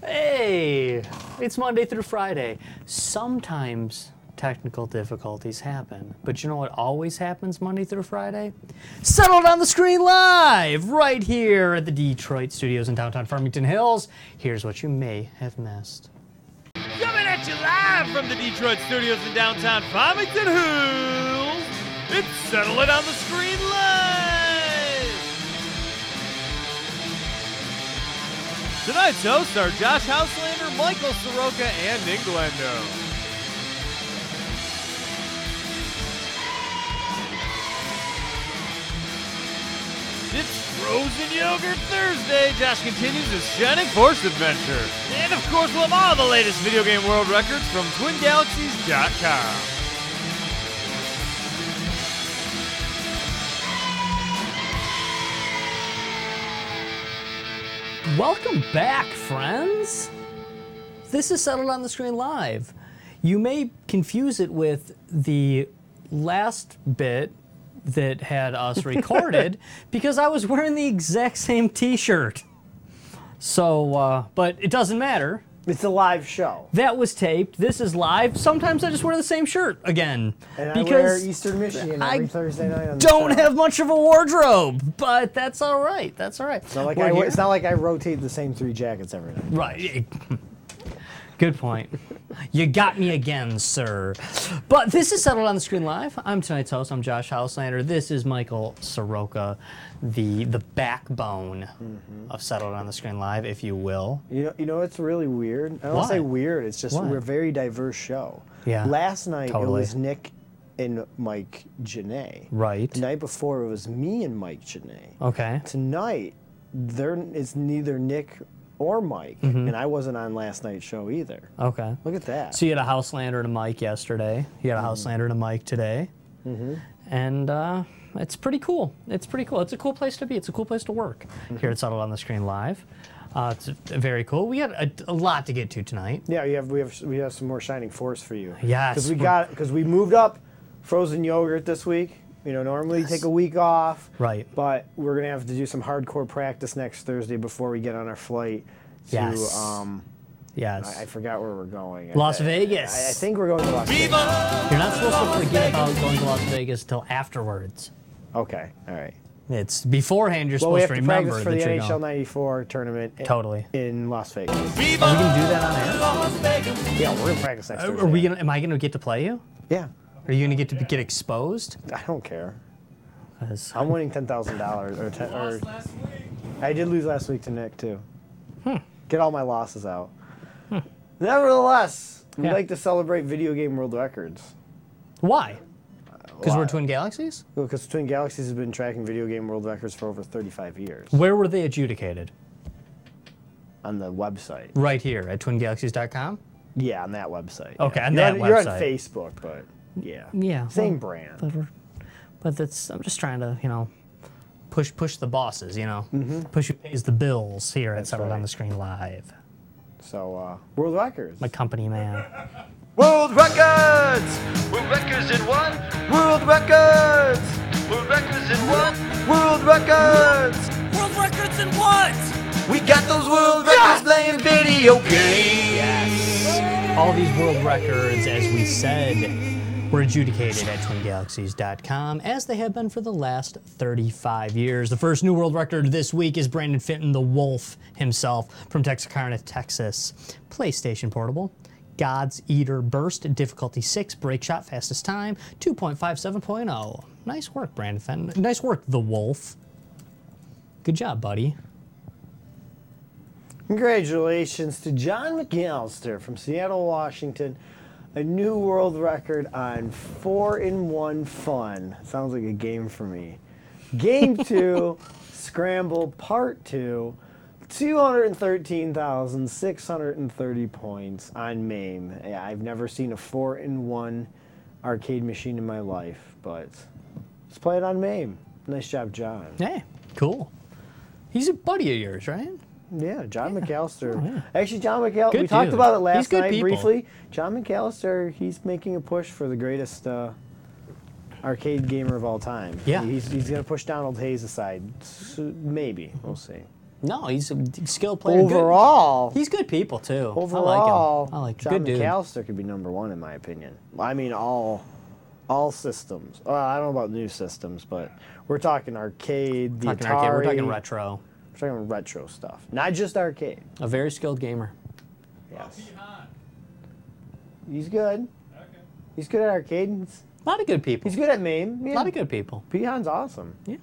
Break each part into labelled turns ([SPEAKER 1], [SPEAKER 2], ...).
[SPEAKER 1] Hey, it's Monday through Friday. Sometimes technical difficulties happen, but you know what always happens Monday through Friday? Settled on the screen live right here at the Detroit studios in downtown Farmington Hills. Here's what you may have missed.
[SPEAKER 2] Coming at you live from the Detroit studios in downtown Farmington Hills, it's Settle It on the Screen Live! Tonight's hosts are Josh Houselander, Michael Soroka, and Nick Glendo. It's Frozen Yogurt Thursday. Josh continues his Shining Force adventure. And of course, we'll have all the latest video game world records from TwinGalaxies.com.
[SPEAKER 1] Welcome back, friends. This is Settled on the Screen Live. You may confuse it with the last bit that had us recorded because I was wearing the exact same t shirt. So, uh, but it doesn't matter.
[SPEAKER 3] It's a live show.
[SPEAKER 1] That was taped. This is live. Sometimes I just wear the same shirt again
[SPEAKER 3] And I wear
[SPEAKER 1] because
[SPEAKER 3] Eastern Michigan
[SPEAKER 1] I
[SPEAKER 3] every Thursday night on the
[SPEAKER 1] don't
[SPEAKER 3] show.
[SPEAKER 1] have much of a wardrobe, but that's all right. That's all right.
[SPEAKER 3] It's not, like
[SPEAKER 1] We're
[SPEAKER 3] I,
[SPEAKER 1] here.
[SPEAKER 3] it's not like I rotate the same three jackets every night.
[SPEAKER 1] Right. Good point. You got me again, sir. But this is Settled on the Screen Live. I'm tonight's host. I'm Josh Houselander. This is Michael Soroka, the the backbone of Settled on the Screen Live, if you will.
[SPEAKER 3] You know, you know, it's really weird. I don't
[SPEAKER 1] Why?
[SPEAKER 3] say weird. It's just
[SPEAKER 1] Why?
[SPEAKER 3] we're a very diverse show.
[SPEAKER 1] Yeah,
[SPEAKER 3] Last night
[SPEAKER 1] totally.
[SPEAKER 3] it was Nick and Mike Janae.
[SPEAKER 1] Right.
[SPEAKER 3] The night before it was me and Mike Janae.
[SPEAKER 1] Okay.
[SPEAKER 3] Tonight, there it's neither Nick or Mike,
[SPEAKER 1] Mm-hmm.
[SPEAKER 3] and I wasn't on last night's show either.
[SPEAKER 1] Okay.
[SPEAKER 3] Look at that.
[SPEAKER 1] So you had a Houselander and a mic yesterday. You had a
[SPEAKER 3] Mm-hmm.
[SPEAKER 1] Houselander and a mic today. And uh, it's pretty cool. It's pretty cool. It's a cool place to be. It's a cool place to work
[SPEAKER 3] Mm-hmm.
[SPEAKER 1] here at Settled on the Screen Live. Uh, it's very cool. We had a, a lot to get to tonight.
[SPEAKER 3] Yeah, you have we have we have some more shining force for you.
[SPEAKER 1] Yes,
[SPEAKER 3] because we
[SPEAKER 1] we're-
[SPEAKER 3] got because we moved up frozen yogurt this week. You know, normally you take a week off.
[SPEAKER 1] Right.
[SPEAKER 3] But we're gonna have to do some hardcore practice next Thursday before we get on our flight to
[SPEAKER 1] Yes.
[SPEAKER 3] um
[SPEAKER 1] Yes.
[SPEAKER 3] I forgot where we're going.
[SPEAKER 1] Las
[SPEAKER 3] I-
[SPEAKER 1] Vegas.
[SPEAKER 3] I, I think we're going to Las Vegas.
[SPEAKER 1] You're not supposed to forget about going to Las Vegas till afterwards.
[SPEAKER 3] Okay. All right.
[SPEAKER 1] It's beforehand. You're
[SPEAKER 3] Well, we
[SPEAKER 1] supposed
[SPEAKER 3] have
[SPEAKER 1] to
[SPEAKER 3] to
[SPEAKER 1] remember
[SPEAKER 3] practice for
[SPEAKER 1] that
[SPEAKER 3] the
[SPEAKER 1] you're
[SPEAKER 3] NHL
[SPEAKER 1] going.
[SPEAKER 3] '94 tournament. in-
[SPEAKER 1] Totally.
[SPEAKER 3] In Las Vegas.
[SPEAKER 1] Are we gonna do that on
[SPEAKER 3] Yeah, we're gonna practice next
[SPEAKER 1] air?
[SPEAKER 3] Thursday.
[SPEAKER 1] Are we gonna? Am I gonna get to play you?
[SPEAKER 3] Yeah.
[SPEAKER 1] Are you gonna get to be- get exposed?
[SPEAKER 3] I don't care.
[SPEAKER 1] 'Cause-
[SPEAKER 3] I'm winning ten thousand dollars or ten. Or, I did lose last week to Nick too.
[SPEAKER 1] Hmm.
[SPEAKER 3] Get all my losses out. Nevertheless, we
[SPEAKER 1] Yeah.
[SPEAKER 3] like to celebrate video game world records
[SPEAKER 1] Why? Because we're
[SPEAKER 3] Why?
[SPEAKER 1] twin galaxies.
[SPEAKER 3] because Twin Galaxies has been tracking video game world records for over 35 years
[SPEAKER 1] Where were they adjudicated?
[SPEAKER 3] on the website.
[SPEAKER 1] Right here at twingalaxies.com.
[SPEAKER 3] Yeah, on that website.
[SPEAKER 1] Okay,
[SPEAKER 3] yeah.
[SPEAKER 1] on
[SPEAKER 3] you're
[SPEAKER 1] that
[SPEAKER 3] on, You're on
[SPEAKER 1] website.
[SPEAKER 3] Facebook, but yeah,
[SPEAKER 1] Yeah,
[SPEAKER 3] same
[SPEAKER 1] well,
[SPEAKER 3] brand.
[SPEAKER 1] But we're, but that's. I'm just trying to, you know, Mm-hmm. push push the bosses. You know, push who pays the bills here at Settled on
[SPEAKER 3] right.
[SPEAKER 1] the Screen Live.
[SPEAKER 3] So uh, world records.
[SPEAKER 1] My company man.
[SPEAKER 2] World records! World records in one! World records! World records in one! World records!
[SPEAKER 4] World records in what?
[SPEAKER 2] We got those world records playing video games!
[SPEAKER 1] All these world records, as we said, were adjudicated at twingalaxies.com as they have been for the last 35 years. The first new world record this week is Brandon Fenton, the wolf himself from Texarkana, Texas. PlayStation Portable. God's Eater Burst, difficulty 6, break shot, fastest time, 2.57.0. oh. Nice work, Brandon Fenton. Nice work, the wolf. Good job, buddy.
[SPEAKER 3] Congratulations to John McAllister from Seattle, Washington. A new world record on four in one fun. Sounds like a game for me. Game two, Scramble Part Two, 213,630 points on MAME. Yeah, I've never seen a four in one arcade machine in my life, but let's play it on MAME. Nice job, John.
[SPEAKER 1] Hey, cool. He's a buddy of yours, right?
[SPEAKER 3] Yeah, John McAllister. Actually, John McAllister.
[SPEAKER 1] Oh, Good
[SPEAKER 3] We talked
[SPEAKER 1] dude.
[SPEAKER 3] about it last
[SPEAKER 1] He's good
[SPEAKER 3] night
[SPEAKER 1] people.
[SPEAKER 3] briefly. John McAllister. He's making a push for the greatest uh, arcade gamer of all time.
[SPEAKER 1] Yeah.
[SPEAKER 3] He's, he's going to push Donald Hayes aside. So maybe we'll see.
[SPEAKER 1] No, he's a skilled player. Good-
[SPEAKER 3] Overall,
[SPEAKER 1] he's good people too.
[SPEAKER 3] overall,
[SPEAKER 1] I like him. I like
[SPEAKER 3] John
[SPEAKER 1] him. Good dude.
[SPEAKER 3] McAllister could be number one in my opinion. I mean, all all systems. Well, I don't know about new systems, but we're talking arcade, the
[SPEAKER 1] Talking
[SPEAKER 3] Atari.
[SPEAKER 1] arcade, We're talking retro.
[SPEAKER 3] we're talking retro stuff, not just arcade.
[SPEAKER 1] A very skilled gamer.
[SPEAKER 3] Yes, he's good. He's good at arcades.
[SPEAKER 1] A lot of good people.
[SPEAKER 3] He's good at MAME.
[SPEAKER 1] A lot of good people.
[SPEAKER 3] Peon's awesome.
[SPEAKER 1] Yeah.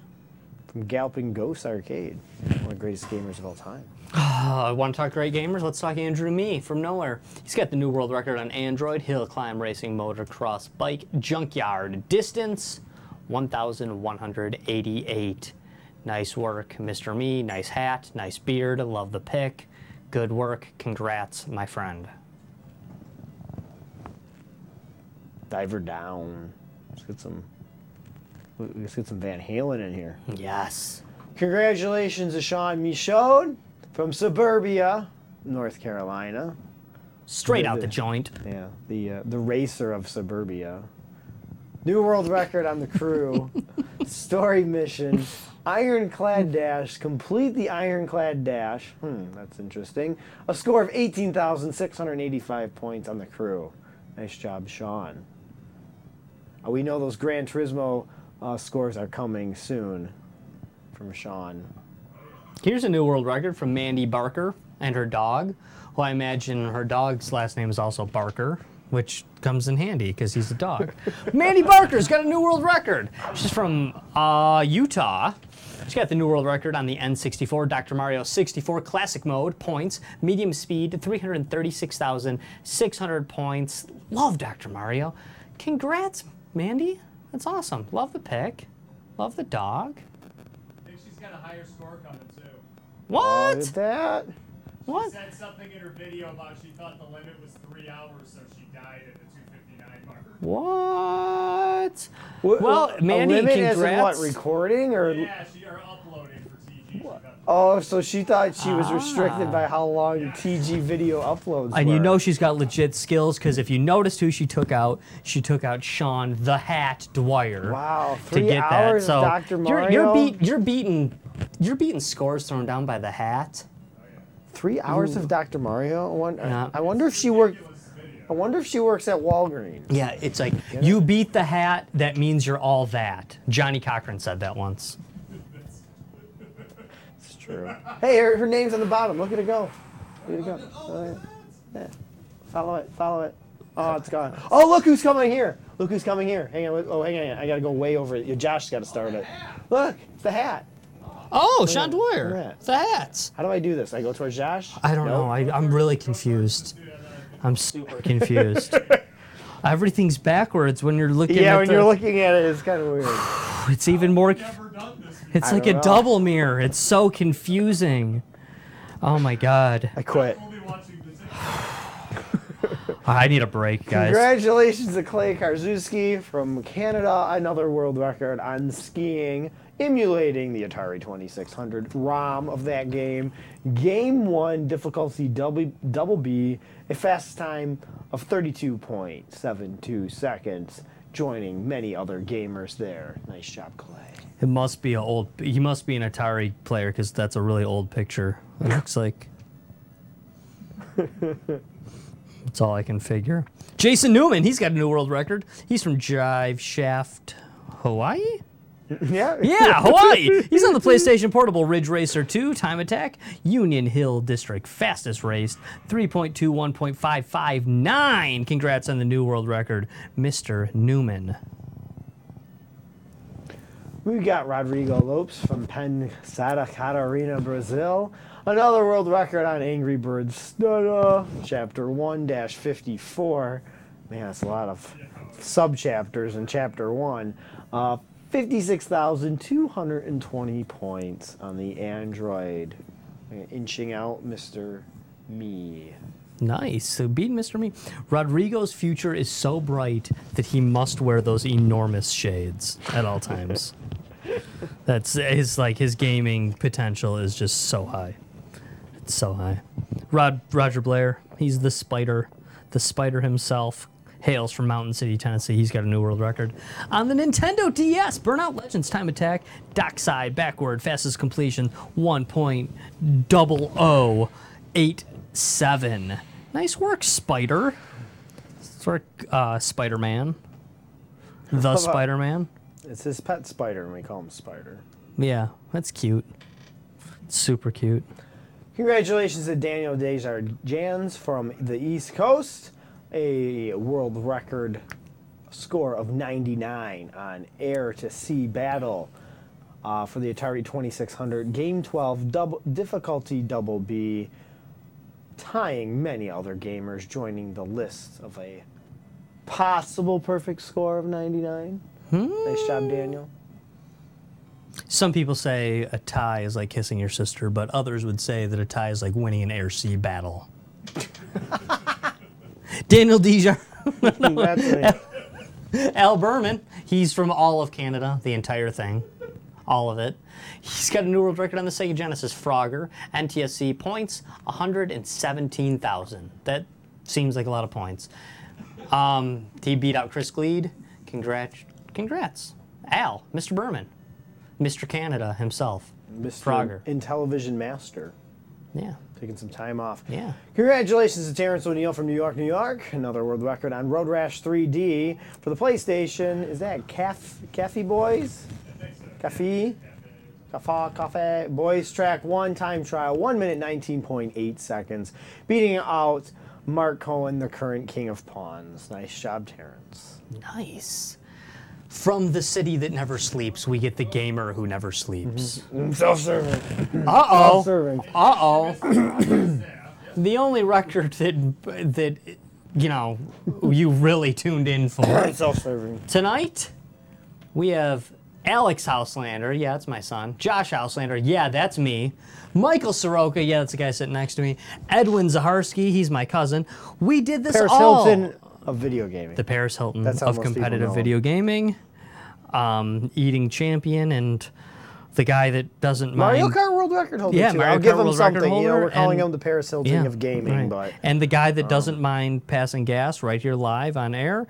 [SPEAKER 3] From Galloping Ghost Arcade, one of the greatest gamers of all time.
[SPEAKER 1] Uh, Want to talk great gamers? Let's talk Andrew Me from nowhere. He's got the new world record on Android hill climb racing motocross bike junkyard distance 1,188. Nice work, Mr. Me. Nice hat, nice beard. I love the pick. Good work. Congrats, my friend.
[SPEAKER 3] Diver down. Let's get some. Let's get some Van Halen in here.
[SPEAKER 1] Yes.
[SPEAKER 3] Congratulations to Sean Michaud from Suburbia, North Carolina.
[SPEAKER 1] Straight out
[SPEAKER 3] Good.
[SPEAKER 1] the joint.
[SPEAKER 3] Yeah, the uh, the racer of Suburbia. New world record on the crew. Story mission. Ironclad dash. Complete the ironclad dash. Hmm, that's interesting. A score of 18,685 points on the crew. Nice job, Sean. Uh, we know those Gran Turismo uh, scores are coming soon from Sean.
[SPEAKER 1] Here's a new world record from Mandy Barker and her dog, who I imagine her dog's last name is also Barker, which comes in handy because he's a dog. Mandy Barker's got a new world record. She's from uh, Utah. She's got the new world record on the N64 Dr. Mario 64 Classic Mode points, medium speed, 336,600 points. Love Dr. Mario. Congrats, Mandy. That's awesome. Love the pick. Love the dog.
[SPEAKER 5] I think she's got a higher score coming too.
[SPEAKER 1] What?
[SPEAKER 3] Look at that.
[SPEAKER 1] what?
[SPEAKER 5] Said something in her video about she thought the limit was three hours, so she died at the 259 mark.
[SPEAKER 1] What? Well, Mandy,
[SPEAKER 3] a limit as in
[SPEAKER 1] congrats.
[SPEAKER 3] what recording or?
[SPEAKER 5] Yeah, she are uploading for TG. She thought
[SPEAKER 3] Oh, so she thought she was restricted
[SPEAKER 1] Ah.
[SPEAKER 3] by how long TG video uploads.
[SPEAKER 1] and you
[SPEAKER 3] were.
[SPEAKER 1] know she's got legit skills because if you noticed who she took out, she took out Sean the Hat Dwyer.
[SPEAKER 3] Wow,
[SPEAKER 1] To
[SPEAKER 3] three
[SPEAKER 1] get
[SPEAKER 3] hours
[SPEAKER 1] that, so
[SPEAKER 3] of Dr. Mario.
[SPEAKER 1] you're you're, beat, you're beating you're beating scores thrown down by the Hat.
[SPEAKER 3] three hours of Dr. Mario. I wonder,
[SPEAKER 1] Yeah.
[SPEAKER 3] I wonder if she worked. I wonder if she works at Walgreens.
[SPEAKER 1] Yeah, it's like you beat the Hat. That means you're all that. Johnny Cochran said that once.
[SPEAKER 3] It's true. Hey, her, her name's on the bottom. Look at it go. Look at it go.
[SPEAKER 5] Oh,
[SPEAKER 3] Uh, yeah. Follow it. Follow it. Oh, it's gone. Oh, look who's coming here. Look who's coming here. Hang on. Oh, hang on. I gotta go way over it. Josh's gotta start it. Look, it's the hat.
[SPEAKER 1] Oh, Sean
[SPEAKER 3] Look
[SPEAKER 1] Dwyer,
[SPEAKER 3] at that.
[SPEAKER 1] the Hats.
[SPEAKER 3] How do I do this? I go towards Josh.
[SPEAKER 1] I don't
[SPEAKER 3] Nope.
[SPEAKER 1] know. I, I'm really confused. I'm super confused. Everything's backwards when you're looking.
[SPEAKER 3] Yeah,
[SPEAKER 1] at
[SPEAKER 3] when
[SPEAKER 1] the-
[SPEAKER 3] you're looking at it, it's kind of weird.
[SPEAKER 1] It's even more.
[SPEAKER 5] I've never done this before.
[SPEAKER 1] It's
[SPEAKER 3] I
[SPEAKER 1] like a
[SPEAKER 3] don't know.
[SPEAKER 1] double mirror. It's so confusing. Oh my god.
[SPEAKER 3] I quit.
[SPEAKER 5] Only watching the
[SPEAKER 1] I need a break, guys.
[SPEAKER 3] Congratulations to Clay Karzewski from Canada, another world record on skiing, emulating the Atari 2600 ROM of that game. Game one, difficulty double, double B, a fast time of 32.72 seconds, joining many other gamers there. Nice job, Clay.
[SPEAKER 1] It must be an old. He must be an Atari player because that's a really old picture. It looks like. that's all I can figure. Jason Newman, he's got a new world record. He's from Jive Shaft, Hawaii.
[SPEAKER 3] Yeah.
[SPEAKER 1] Yeah, Hawaii. He's on the PlayStation Portable Ridge Racer 2 Time Attack Union Hill District fastest race 3.21.559. Congrats on the new world record, Mr. Newman.
[SPEAKER 3] We got Rodrigo Lopes from Penn Santa Catarina, Brazil. Another world record on Angry Birds Stutter, Chapter 1 54. Man, that's a lot of subchapters in Chapter 1. Uh, 56,220 points on the Android. Uh, Inching out Mr. Me.
[SPEAKER 1] Nice. So beat Mr. Me. Rodrigo's future is so bright that he must wear those enormous shades at all times. That's his like his gaming potential is just so high. It's so high. Rod Roger Blair, he's the spider, the spider himself. hails from Mountain City, Tennessee. He's got a new world record. On the Nintendo DS, Burnout Legends Time Attack, Dockside Backward, Fastest Completion, 1.0087. Nice work, Spider. Nice work, uh, Spider Man. The Spider Man.
[SPEAKER 3] It's his pet spider, and we call him Spider.
[SPEAKER 1] Yeah, that's cute. Super cute.
[SPEAKER 3] Congratulations to Daniel Desjardins from the East Coast, a world record score of 99 on air to sea battle uh, for the Atari 2600, Game 12, double, difficulty double B, tying many other gamers joining the list of a possible perfect score of 99. Nice job, Daniel.
[SPEAKER 1] Some people say a tie is like kissing your sister, but others would say that a tie is like winning an air sea battle. Daniel Dejar,
[SPEAKER 3] Congrats, man.
[SPEAKER 1] Al Berman, he's from all of Canada, the entire thing, all of it. He's got a new world record on the Sega Genesis Frogger, NTSC points 117,000. That seems like a lot of points. Um, he beat out Chris Gleed. Congrats, congrats, Al, Mr. Berman, Mr. Canada himself.
[SPEAKER 3] Mr.
[SPEAKER 1] Frogger.
[SPEAKER 3] Intellivision Master.
[SPEAKER 1] Yeah.
[SPEAKER 3] taking some time off.
[SPEAKER 1] Yeah.
[SPEAKER 3] Congratulations to Terrence O'Neill from New York, New York. Another world record on Road Rash 3D for the PlayStation. Is that Caf Cafe Boys? Cafe? Cafe, Cafe Boys track one time trial, one minute 19.8 seconds, beating out Mark Cohen, the current king of pawns. Nice job, Terrence.
[SPEAKER 1] Nice. From the city that never sleeps, we get the gamer who never sleeps.
[SPEAKER 3] Self-serving.
[SPEAKER 1] Uh oh.
[SPEAKER 3] Serving.
[SPEAKER 1] Uh oh. the only record that that you know you really tuned in for
[SPEAKER 3] Self-serving.
[SPEAKER 1] tonight. We have Alex Houselander. Yeah, that's my son. Josh Houselander. Yeah, that's me. Michael Soroka. Yeah, that's the guy sitting next to me. Edwin Zaharsky. He's my cousin. We did this
[SPEAKER 3] Paris
[SPEAKER 1] all.
[SPEAKER 3] Hilton of video gaming.
[SPEAKER 1] the Paris Hilton
[SPEAKER 3] That's how
[SPEAKER 1] of
[SPEAKER 3] most people know
[SPEAKER 1] competitive
[SPEAKER 3] him.
[SPEAKER 1] video gaming, um, eating champion, and the guy that doesn't
[SPEAKER 3] Mario
[SPEAKER 1] mind.
[SPEAKER 3] Kart world record holder.
[SPEAKER 1] Yeah,
[SPEAKER 3] too.
[SPEAKER 1] Mario
[SPEAKER 3] I'll give
[SPEAKER 1] Kart
[SPEAKER 3] him
[SPEAKER 1] world record
[SPEAKER 3] something. You know,
[SPEAKER 1] holder
[SPEAKER 3] we're calling
[SPEAKER 1] and-
[SPEAKER 3] him the Paris Hilton of gaming,
[SPEAKER 1] right.
[SPEAKER 3] but um,
[SPEAKER 1] and the guy that doesn't mind passing gas right here live on air.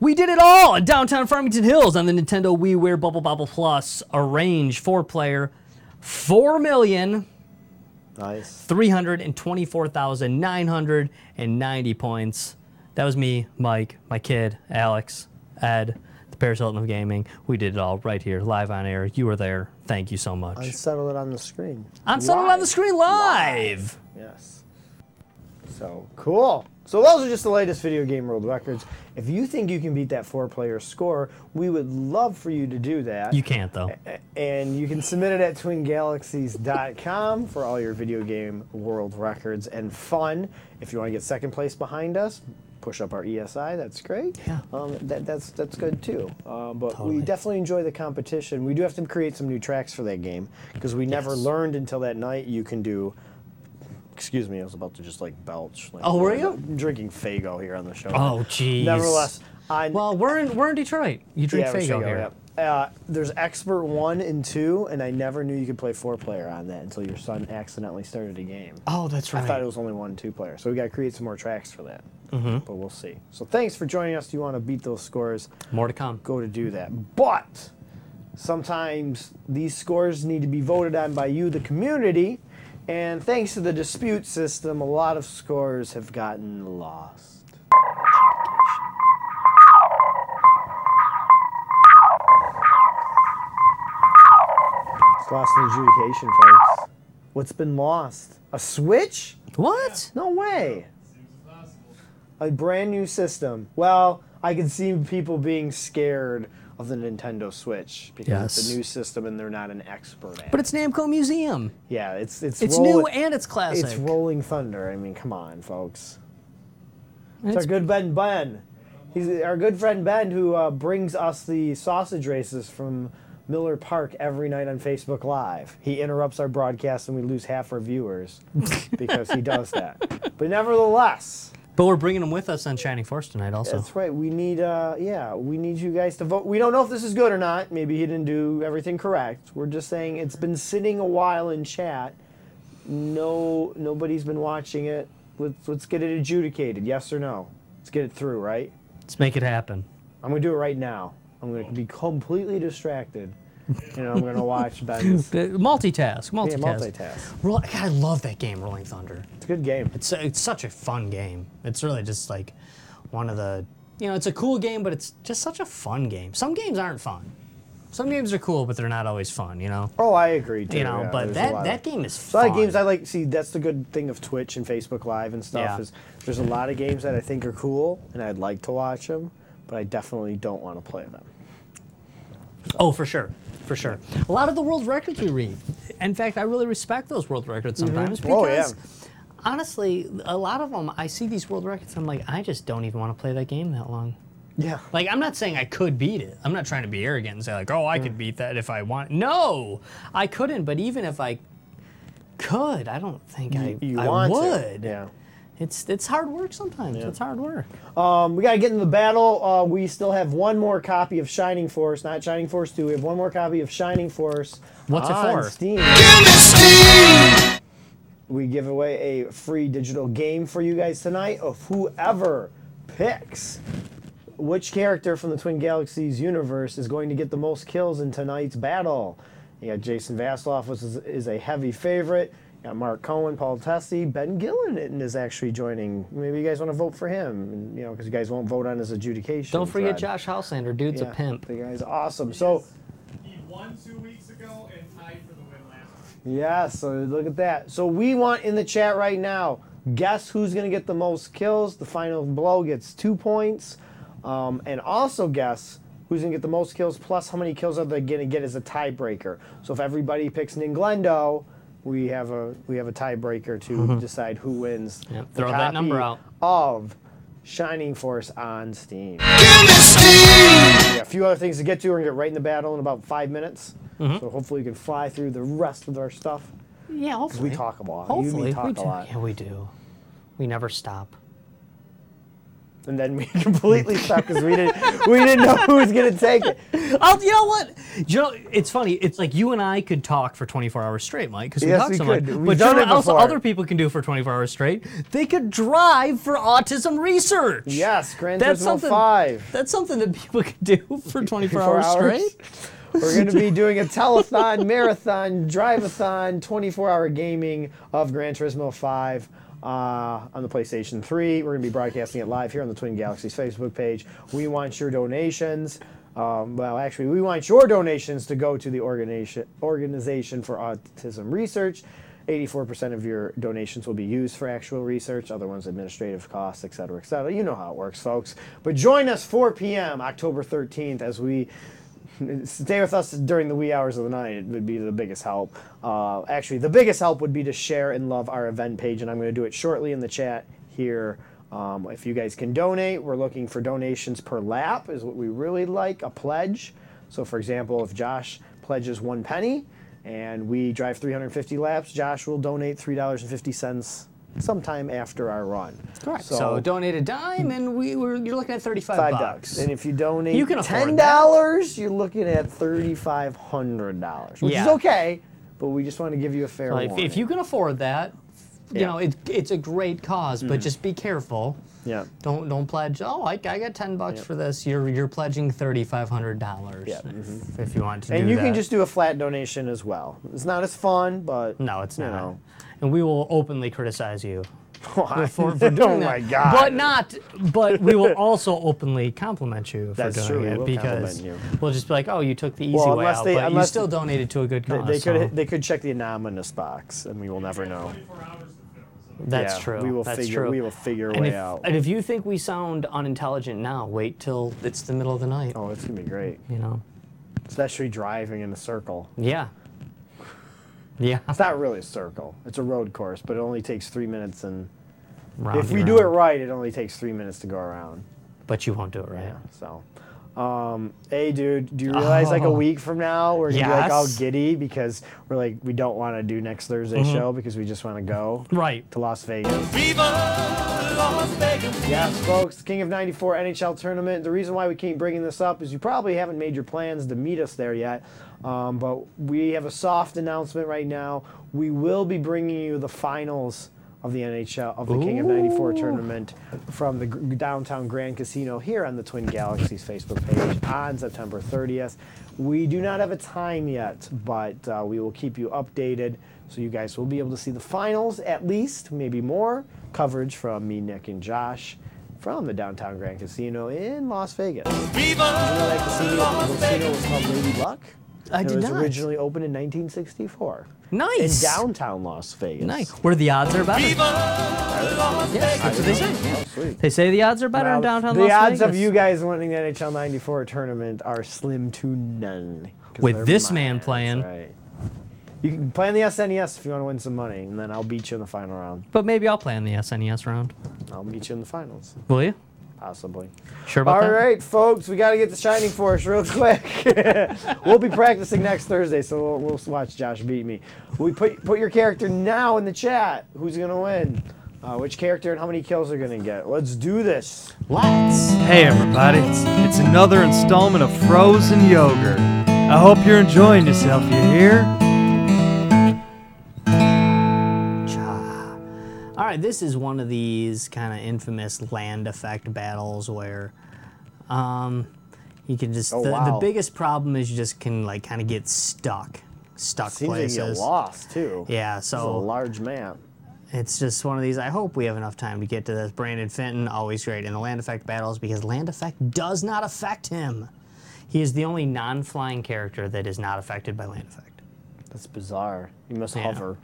[SPEAKER 1] We did it all in downtown Farmington Hills on the Nintendo WiiWare Bubble Bobble Plus, a range four player, four million.
[SPEAKER 3] nice.
[SPEAKER 1] 324,990 points. That was me, Mike, my kid, Alex, Ed, the Paris Hilton of Gaming. We did it all right here, live on air. You were there. Thank you so much.
[SPEAKER 3] Settle it on the screen.
[SPEAKER 1] On Settled on the
[SPEAKER 3] Live.
[SPEAKER 1] Screen Live!
[SPEAKER 3] Yes. So cool. So those are just the latest video game world records. If you think you can beat that four-player score, we would love for you to do that.
[SPEAKER 1] You can't, though.
[SPEAKER 3] and you can submit it at twingalaxies.com for all your video game world records and fun. If you want to get second place behind us, push up our ESI. That's great.
[SPEAKER 1] Yeah.
[SPEAKER 3] Um, that, that's that's good too. Uh, but
[SPEAKER 1] Totally.
[SPEAKER 3] we definitely enjoy the competition. We do have to create some new tracks for that game because we never
[SPEAKER 1] Yes.
[SPEAKER 3] learned until that night. You can do. Excuse me, I was about to just like belch. Like,
[SPEAKER 1] Oh, were
[SPEAKER 3] I'm
[SPEAKER 1] you?
[SPEAKER 3] drinking Fago here on the show.
[SPEAKER 1] Oh, jeez.
[SPEAKER 3] Nevertheless, I
[SPEAKER 1] Well, we're in, we're in Detroit. You drink
[SPEAKER 3] yeah,
[SPEAKER 1] Faygo
[SPEAKER 3] Faygo,
[SPEAKER 1] here.
[SPEAKER 3] yeah. Uh, there's expert one and two, and I never knew you could play four player on that until your son accidentally started a game.
[SPEAKER 1] Oh, that's right. Mm-hmm.
[SPEAKER 3] I thought it was only one and two player, so we got to create some more tracks for that. But we'll see. So thanks for joining us. Do you want to beat those scores?
[SPEAKER 1] More to come.
[SPEAKER 3] Go to do that. But sometimes these scores need to be voted on by you, the community, and thanks to the dispute system, a lot of scores have gotten lost. It's lost in adjudication, folks. What's been lost? A switch?
[SPEAKER 1] What?
[SPEAKER 3] No way.
[SPEAKER 5] Seems impossible.
[SPEAKER 3] A brand new system. Well, I can see people being scared of the Nintendo Switch because it's
[SPEAKER 1] Yes.
[SPEAKER 3] a new system and they're not an expert at.
[SPEAKER 1] But
[SPEAKER 3] it.
[SPEAKER 1] it's Namco Museum.
[SPEAKER 3] yeah, it's it's
[SPEAKER 1] It's
[SPEAKER 3] roll-
[SPEAKER 1] new and it's classic.
[SPEAKER 3] it's Rolling Thunder. I mean, come on, folks. It's,
[SPEAKER 1] It's-
[SPEAKER 3] our good Ben Ben. He's our good friend Ben who uh, brings us the sausage races from Miller Park every night on Facebook Live. He interrupts our broadcast and we lose half our viewers because he does that. But nevertheless,
[SPEAKER 1] But we're bringing them with us on Shining Force tonight, also.
[SPEAKER 3] that's right. We need, uh, yeah, we need you guys to vote. We don't know if this is good or not. Maybe he didn't do everything correct. We're just saying it's been sitting a while in chat. No, nobody's been watching it. Let's let's get it adjudicated. Yes or no? Let's get it through, right?
[SPEAKER 1] Let's make it happen.
[SPEAKER 3] I'm gonna do it right now. I'm gonna be completely distracted, and I'm gonna watch Ben's.
[SPEAKER 1] Uh, Multitask, multitask.
[SPEAKER 3] Yeah, multitask.
[SPEAKER 1] Roll- God, I love that game, Rolling Thunder.
[SPEAKER 3] It's a good game.
[SPEAKER 1] It's, it's such a fun game. It's really just like one of the, you know, it's a cool game, but it's just such a fun game. Some games aren't fun. Some games are cool, but they're not always fun, you know?
[SPEAKER 3] Oh, I agree. Too,
[SPEAKER 1] You know,
[SPEAKER 3] yeah,
[SPEAKER 1] but
[SPEAKER 3] there's a
[SPEAKER 1] that,
[SPEAKER 3] lot
[SPEAKER 1] that
[SPEAKER 3] of,
[SPEAKER 1] game is
[SPEAKER 3] There's a
[SPEAKER 1] fun.
[SPEAKER 3] lot of games I like. See, that's the good thing of Twitch and Facebook Live and stuff
[SPEAKER 1] Yeah.
[SPEAKER 3] is there's a lot of games that I think are cool and I'd like to watch them, but I definitely don't want to play them.
[SPEAKER 1] Oh, for sure. For sure. A lot of the world records we read. In fact, I really respect those world records sometimes
[SPEAKER 3] Oh, yeah.
[SPEAKER 1] because honestly, a lot of them, I see these world records, I'm like, I just don't even want to play that game that long.
[SPEAKER 3] Yeah.
[SPEAKER 1] Like, I'm not saying I could beat it. I'm not trying to be arrogant and say, like, oh, I
[SPEAKER 3] Mm.
[SPEAKER 1] could beat that if I want. No, I couldn't. But even if I could, I don't think I,
[SPEAKER 3] you
[SPEAKER 1] I
[SPEAKER 3] want
[SPEAKER 1] would.
[SPEAKER 3] to? Yeah.
[SPEAKER 1] It's, it's hard work sometimes. It's hard work.
[SPEAKER 3] Um, we got to get into the battle. Uh, we still have one more copy of Shining Force, not Shining Force 2. We have one more copy of Shining Force.
[SPEAKER 1] What's it
[SPEAKER 3] on
[SPEAKER 1] for?
[SPEAKER 3] Steam. We give away a free digital game for you guys tonight of whoever picks which character from the Twin Galaxies universe is going to get the most kills in tonight's battle. You got Jason Vasloff, which is, is a heavy favorite. You got Mark Cohen, Paul Tessi, Ben Gillen is actually joining. Maybe you guys want to vote for him, and, you know, because you guys won't vote on his adjudication.
[SPEAKER 1] Don't forget
[SPEAKER 3] thread.
[SPEAKER 1] Josh Houselander. Dude's
[SPEAKER 3] Yeah,
[SPEAKER 1] a pimp.
[SPEAKER 3] The guy's awesome. So,
[SPEAKER 5] He won two weeks ago and tied for the win last week.
[SPEAKER 3] yeah, so look at that. So, we want in the chat right now guess who's going to get the most kills. The final blow gets two points. Um, and also guess who's going to get the most kills, plus how many kills are they going to get as a tiebreaker. So, if everybody picks Ninglendo, we have a we have a tiebreaker to decide who wins.
[SPEAKER 1] Mm-hmm. Yep,
[SPEAKER 3] the
[SPEAKER 1] throw that number
[SPEAKER 3] copy
[SPEAKER 1] out.
[SPEAKER 3] Of Shining Force on Steam. Yeah, a few other things to get to. We're gonna get right in the battle in about five minutes.
[SPEAKER 1] Mm-hmm.
[SPEAKER 3] So hopefully we can fly through the rest of our stuff.
[SPEAKER 1] Yeah, hopefully.
[SPEAKER 3] We talk a lot. You and me
[SPEAKER 1] Hopefully.
[SPEAKER 3] talk
[SPEAKER 1] we
[SPEAKER 3] a
[SPEAKER 1] do.
[SPEAKER 3] lot.
[SPEAKER 1] Yeah, we do. We never stop.
[SPEAKER 3] And then we completely stop because we didn't we didn't know who was gonna take it.
[SPEAKER 1] Oh, you know what? You know, it's funny. It's like you and I could talk for 24 hours straight, Mike, because we
[SPEAKER 3] Yes,
[SPEAKER 1] talk
[SPEAKER 3] we
[SPEAKER 1] so
[SPEAKER 3] could.
[SPEAKER 1] much.
[SPEAKER 3] We've
[SPEAKER 1] but
[SPEAKER 3] done
[SPEAKER 1] you
[SPEAKER 3] it
[SPEAKER 1] know what else
[SPEAKER 3] before.
[SPEAKER 1] other people can do for 24 hours straight? They could drive for autism research.
[SPEAKER 3] Yes, Grand
[SPEAKER 1] That's
[SPEAKER 3] Turismo
[SPEAKER 1] something.
[SPEAKER 3] Five.
[SPEAKER 1] That's something that people could do for 24
[SPEAKER 3] Four
[SPEAKER 1] hours, straight.
[SPEAKER 3] We're going to be doing a telethon, marathon, drive-a-thon, 24-hour gaming of Gran Turismo 5 uh, on the PlayStation 3. We're going to be broadcasting it live here on the Twin Galaxies Facebook page. We want your donations. Um, well, actually, we want your donations to go to the organization organization for autism research. 84% of your donations will be used for actual research, other ones administrative costs, et cetera, et cetera. You know how it works, folks. But join us 4 p.m. October 13th as we stay with us during the wee hours of the night. It would be the biggest help. Uh, actually, the biggest help would be to share and love our event page, and I'm going to do it shortly in the chat here. Um, if you guys can donate, we're looking for donations per lap is what we really like. A pledge. So, for example, if Josh pledges one penny and we drive 350 laps, Josh will donate three dollars and fifty cents sometime after our run.
[SPEAKER 1] Correct. So, donate a dime, and we were you're looking at 35
[SPEAKER 3] five
[SPEAKER 1] bucks.
[SPEAKER 3] bucks. And if you donate
[SPEAKER 1] You can
[SPEAKER 3] ten
[SPEAKER 1] afford that.
[SPEAKER 3] dollars, you're looking at thirty five hundred dollars, which is
[SPEAKER 1] Yeah.
[SPEAKER 3] okay. But we just want to give you a fair
[SPEAKER 1] Like, if,
[SPEAKER 3] warning.
[SPEAKER 1] if you can afford that, you
[SPEAKER 3] Yeah.
[SPEAKER 1] know it, it's a great because but just be careful.
[SPEAKER 3] yeah.
[SPEAKER 1] Don't don't pledge. Oh, I, I got ten bucks for this. You're you're pledging thirty five hundred dollars.
[SPEAKER 3] Yeah, mm-hmm.
[SPEAKER 1] If you want to.
[SPEAKER 3] And
[SPEAKER 1] do
[SPEAKER 3] you can
[SPEAKER 1] that.
[SPEAKER 3] just do a flat donation as well. It's not as fun, but
[SPEAKER 1] No, it's
[SPEAKER 3] you
[SPEAKER 1] not.
[SPEAKER 3] know.
[SPEAKER 1] And we will openly criticize you
[SPEAKER 3] Why?
[SPEAKER 1] for, for doing
[SPEAKER 3] oh
[SPEAKER 1] that.
[SPEAKER 3] my god!
[SPEAKER 1] But not. But we will also openly compliment you for
[SPEAKER 3] That's
[SPEAKER 1] doing
[SPEAKER 3] true, we
[SPEAKER 1] it
[SPEAKER 3] will
[SPEAKER 1] because
[SPEAKER 3] compliment
[SPEAKER 1] we'll just be like, oh, you took the easy
[SPEAKER 3] Well,
[SPEAKER 1] way
[SPEAKER 3] unless
[SPEAKER 1] out,
[SPEAKER 3] they-
[SPEAKER 1] but you
[SPEAKER 3] unless-
[SPEAKER 1] still donated to a good
[SPEAKER 3] They,
[SPEAKER 1] cause.
[SPEAKER 3] they
[SPEAKER 1] so
[SPEAKER 3] could they could check the anonymous box, and we will never know.
[SPEAKER 5] 24 hours to fill. So.
[SPEAKER 1] that's
[SPEAKER 3] Yeah,
[SPEAKER 1] true.
[SPEAKER 3] We will
[SPEAKER 1] that's
[SPEAKER 3] figure.
[SPEAKER 1] True.
[SPEAKER 3] We will figure a
[SPEAKER 1] and
[SPEAKER 3] way
[SPEAKER 1] if,
[SPEAKER 3] out.
[SPEAKER 1] and if you think we sound unintelligent now, wait till it's the middle of the night.
[SPEAKER 3] oh, it's gonna be great,
[SPEAKER 1] You know.
[SPEAKER 3] especially driving in a circle.
[SPEAKER 1] Yeah. Yeah.
[SPEAKER 3] It's not really a circle; it's a road course, but it only takes three minutes and.
[SPEAKER 1] Round
[SPEAKER 3] if
[SPEAKER 1] and
[SPEAKER 3] we do it
[SPEAKER 1] round.
[SPEAKER 3] right, it only takes three minutes to go around.
[SPEAKER 1] but you won't do it right.
[SPEAKER 3] Yeah. So, um, hey, dude, do you realize like a
[SPEAKER 1] Oh.
[SPEAKER 3] week from now we're gonna be like all
[SPEAKER 1] Yes. Mm-hmm.
[SPEAKER 3] giddy because we're like we don't want to do next Thursday show because we just want to go
[SPEAKER 1] Right.
[SPEAKER 3] to Las Vegas.
[SPEAKER 2] Viva Las Vegas.
[SPEAKER 3] Yes, folks, King of '94 NHL tournament. The reason why we keep bringing this up is you probably haven't made your plans to meet us there yet, um, but we have a soft announcement right now. We will be bringing you the finals of the NHL of the King of
[SPEAKER 1] Ooh.
[SPEAKER 3] '94 tournament from the gr- downtown Grand Casino here on the Twin Galaxies Facebook page on September 30th. We do not have a time yet, but uh, we will keep you updated so you guys will be able to see the finals at least, maybe more coverage from me, Nick, and Josh from the downtown Grand Casino in Las Vegas. I like to see you at the casino was called Lady Luck.
[SPEAKER 1] I
[SPEAKER 3] it
[SPEAKER 1] did
[SPEAKER 3] was
[SPEAKER 1] not.
[SPEAKER 3] originally opened in 1964.
[SPEAKER 1] Nice.
[SPEAKER 3] In downtown Las Vegas.
[SPEAKER 1] Nice. Where the odds are better. Yeah, that's what they say.
[SPEAKER 3] Oh, sweet.
[SPEAKER 1] They say the odds are better in
[SPEAKER 3] Now,
[SPEAKER 1] downtown
[SPEAKER 3] the
[SPEAKER 1] Las
[SPEAKER 3] odds
[SPEAKER 1] Vegas.
[SPEAKER 3] of you guys winning the NHL 94 tournament are slim to none. 'cause
[SPEAKER 1] With
[SPEAKER 3] they're
[SPEAKER 1] this man
[SPEAKER 3] That's
[SPEAKER 1] playing.
[SPEAKER 3] right. You can play on the SNES if you want to win some money, and then I'll beat you in the final round.
[SPEAKER 1] But maybe I'll play on the SNES round.
[SPEAKER 3] I'll beat you in the finals,
[SPEAKER 1] Will you?
[SPEAKER 3] possibly.
[SPEAKER 1] Sure about
[SPEAKER 3] All right,
[SPEAKER 1] that?
[SPEAKER 3] folks, we got to get to Shining Force real quick. we'll be practicing next Thursday, so we'll, we'll watch Josh beat me. We put put your character now in the chat. Who's gonna win? Uh, which character and how many kills are gonna get? Let's do this.
[SPEAKER 1] Let's.
[SPEAKER 2] Hey everybody, it's another installment of Frozen Yogurt. I hope you're enjoying yourself, you hear?
[SPEAKER 1] Cha. All right, this is one of these kind of infamous land effect battles where um, you can just.
[SPEAKER 3] Oh,
[SPEAKER 1] the, the
[SPEAKER 3] wow.
[SPEAKER 1] biggest problem is you just can, like, kind of get stuck. Stuck
[SPEAKER 3] Seems like
[SPEAKER 1] places.
[SPEAKER 3] you lost too.
[SPEAKER 1] Yeah,
[SPEAKER 3] This is a
[SPEAKER 1] so
[SPEAKER 3] large map.
[SPEAKER 1] it's just one of these. I hope we have enough time to get to this. Brandon Fenton, always great in the land effect battles because land effect does not affect him. He is the only non flying character that is not affected by land effect.
[SPEAKER 3] That's bizarre. You must hover.